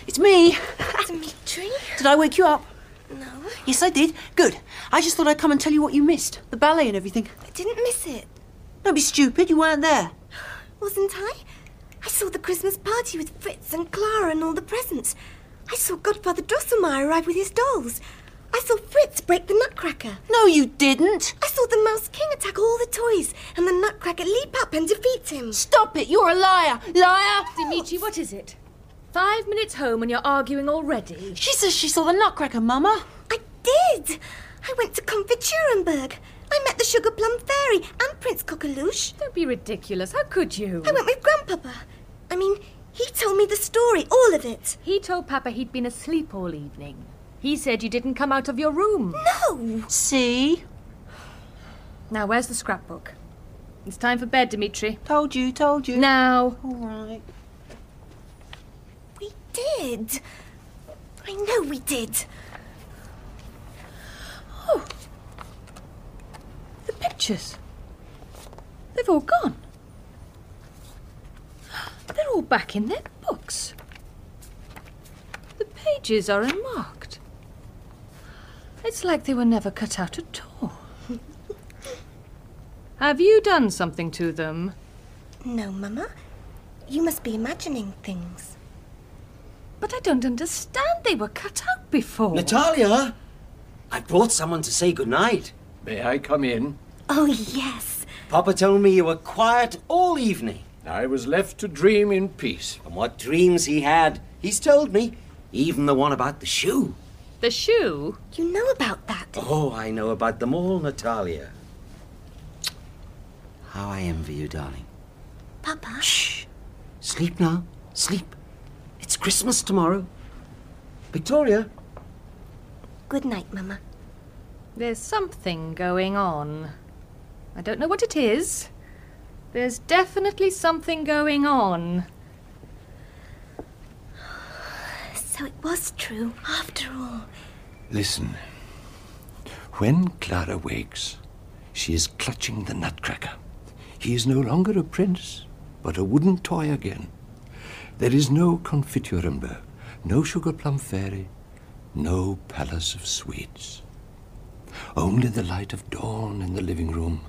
[SPEAKER 8] It's me.
[SPEAKER 9] Dimitri?
[SPEAKER 8] Did I wake you up?
[SPEAKER 9] No,
[SPEAKER 8] Yes, I did. Good. I just thought I'd come and tell you what you missed the ballet and everything.
[SPEAKER 9] I didn't miss it,
[SPEAKER 8] Don't be stupid, you weren't there.
[SPEAKER 9] wasn't I? I saw the Christmas party with Fritz and Clara and all the presents. I saw Godfather Drosselmeyer arrive with his dolls. I saw Fritz break the nutcracker.
[SPEAKER 8] No, you didn't.
[SPEAKER 9] I saw the Mouse King attack all the toys and the nutcracker leap up and defeat him.
[SPEAKER 8] Stop it, you're a liar! Liar!
[SPEAKER 5] Dimitri, what is it? Five minutes home and you're arguing already.
[SPEAKER 8] She says she saw
[SPEAKER 5] Oh,
[SPEAKER 8] the nutcracker, Mama.
[SPEAKER 9] I did! I went to Konfiturenberg. I met the Sugar Plum Fairy and Prince Cockalooshe.
[SPEAKER 5] Don't be ridiculous. How could you?
[SPEAKER 9] I went with Grandpapa. I mean, he told me the story, all of it.
[SPEAKER 5] He told Papa he'd been asleep all evening. He said you didn't come out of your room.
[SPEAKER 9] No!
[SPEAKER 8] See?
[SPEAKER 5] Now, where's the scrapbook? It's time for bed, Dimitri.
[SPEAKER 8] Told you, told you.
[SPEAKER 5] Now.
[SPEAKER 8] All right.
[SPEAKER 9] We did. I know we did.
[SPEAKER 8] The pictures.
[SPEAKER 5] They've all gone. They're all back in their books. The pages are unmarked. It's like they were never cut out at all. Have you done something to them?
[SPEAKER 9] No, Mama. You must be imagining things.
[SPEAKER 5] But I don't understand. They were cut out before.
[SPEAKER 10] Oh. Natalia! I brought someone to say goodnight.
[SPEAKER 6] May I come in?
[SPEAKER 9] Oh, yes.
[SPEAKER 10] Papa told me you were quiet all evening.
[SPEAKER 6] I was left to dream in peace.
[SPEAKER 10] And what dreams he had, he's told me. Even the one about the shoe.
[SPEAKER 5] The shoe?
[SPEAKER 9] You know about that.
[SPEAKER 10] Oh, I know about them all, Natalia. How I envy you, darling.
[SPEAKER 9] Papa?
[SPEAKER 10] Shh! Sleep now. Sleep. It's Christmas tomorrow. Victoria,
[SPEAKER 9] Good night, Mama.
[SPEAKER 5] There's something going on. I don't know what it is. There's definitely something going on.
[SPEAKER 9] So it was true, after all.
[SPEAKER 6] Listen. When Clara wakes, she is clutching the nutcracker. He is no longer a prince, but a wooden toy again. There is no confiturember, no sugar plum fairy, no palace of sweets. Only the light of dawn in the living room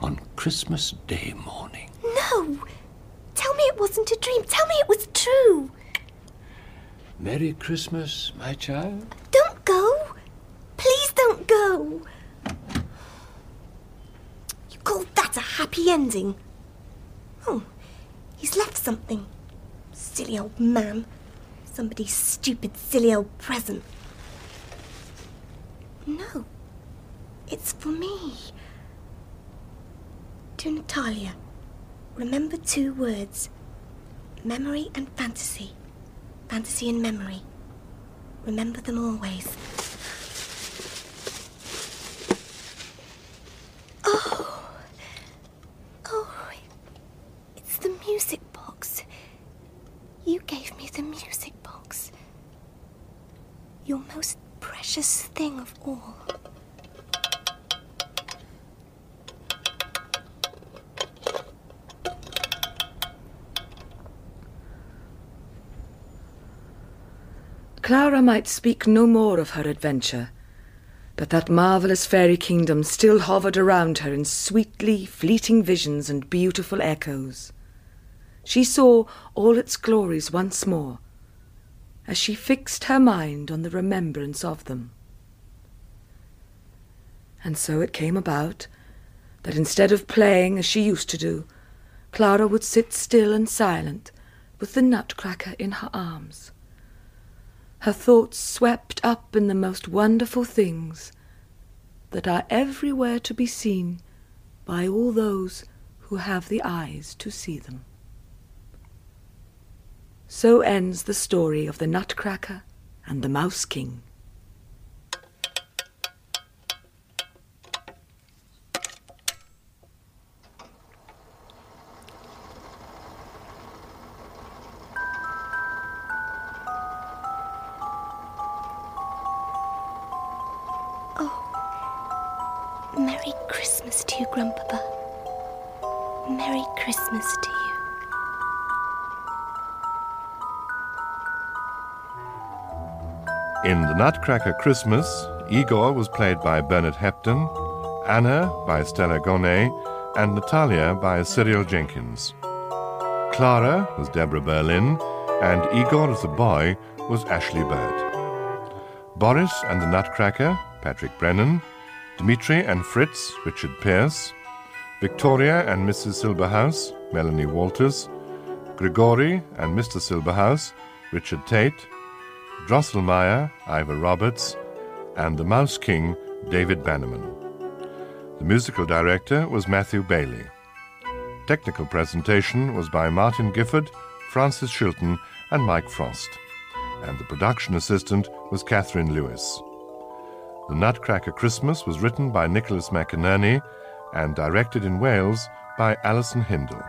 [SPEAKER 6] on Christmas Day morning.
[SPEAKER 9] No! Tell me it wasn't a dream. Tell me it was true.
[SPEAKER 6] Merry Christmas, my child.
[SPEAKER 9] Don't go. Please don't go. You call that a happy ending? Oh, he's left something. Silly old man. Somebody's stupid, silly old present. No, it's for me. To Natalia, remember two words memory and fantasy. Fantasy and memory. Remember them always. Oh! Oh! It's the music box. You gave me the music box. Your most precious thing of all.
[SPEAKER 3] Clara might speak no more of her adventure, but that marvellous fairy kingdom still hovered around her in sweetly fleeting visions and beautiful echoes. She saw all its glories once more as she fixed her mind on the remembrance of them. And so it came about that instead of playing as she used to do, Clara would sit still and silent with the nutcracker in her arms. Her thoughts swept up in the most wonderful things that are everywhere to be seen by all those who have the eyes to see them. So ends the story of the Nutcracker and the Mouse King.
[SPEAKER 9] Merry Christmas to you, Grandpapa. Merry Christmas to you.
[SPEAKER 16] In The Nutcracker Christmas, Igor was played by Bernard Hepton, Anna by Stella Gonet, and Natalia by Cyril Jenkins. Clara was Deborah Berlin, and Igor as the boy was Ashley Bird. Boris and the Nutcracker, Patrick Brennan, Dmitri and Fritz, Richard Pierce, Victoria and Mrs. Silberhouse, Melanie Walters, Grigori and Mr. Silberhouse, Richard Tate, Drosselmeyer, Ivor Roberts, and The Mouse King, David Bannerman. The musical director was Matthew Bailey. Technical presentation was by Martin Gifford, Francis Shilton, and Mike Frost. And the production assistant was Catherine Lewis. The Nutcracker Christmas was written by Nicholas McInerney and directed in Wales by Alison Hindle.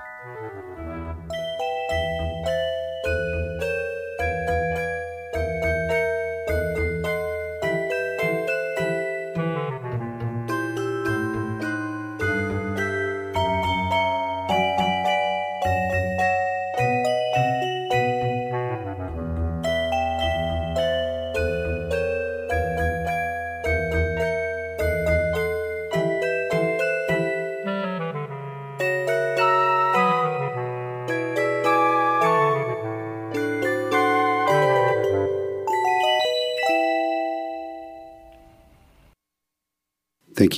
[SPEAKER 10] Thank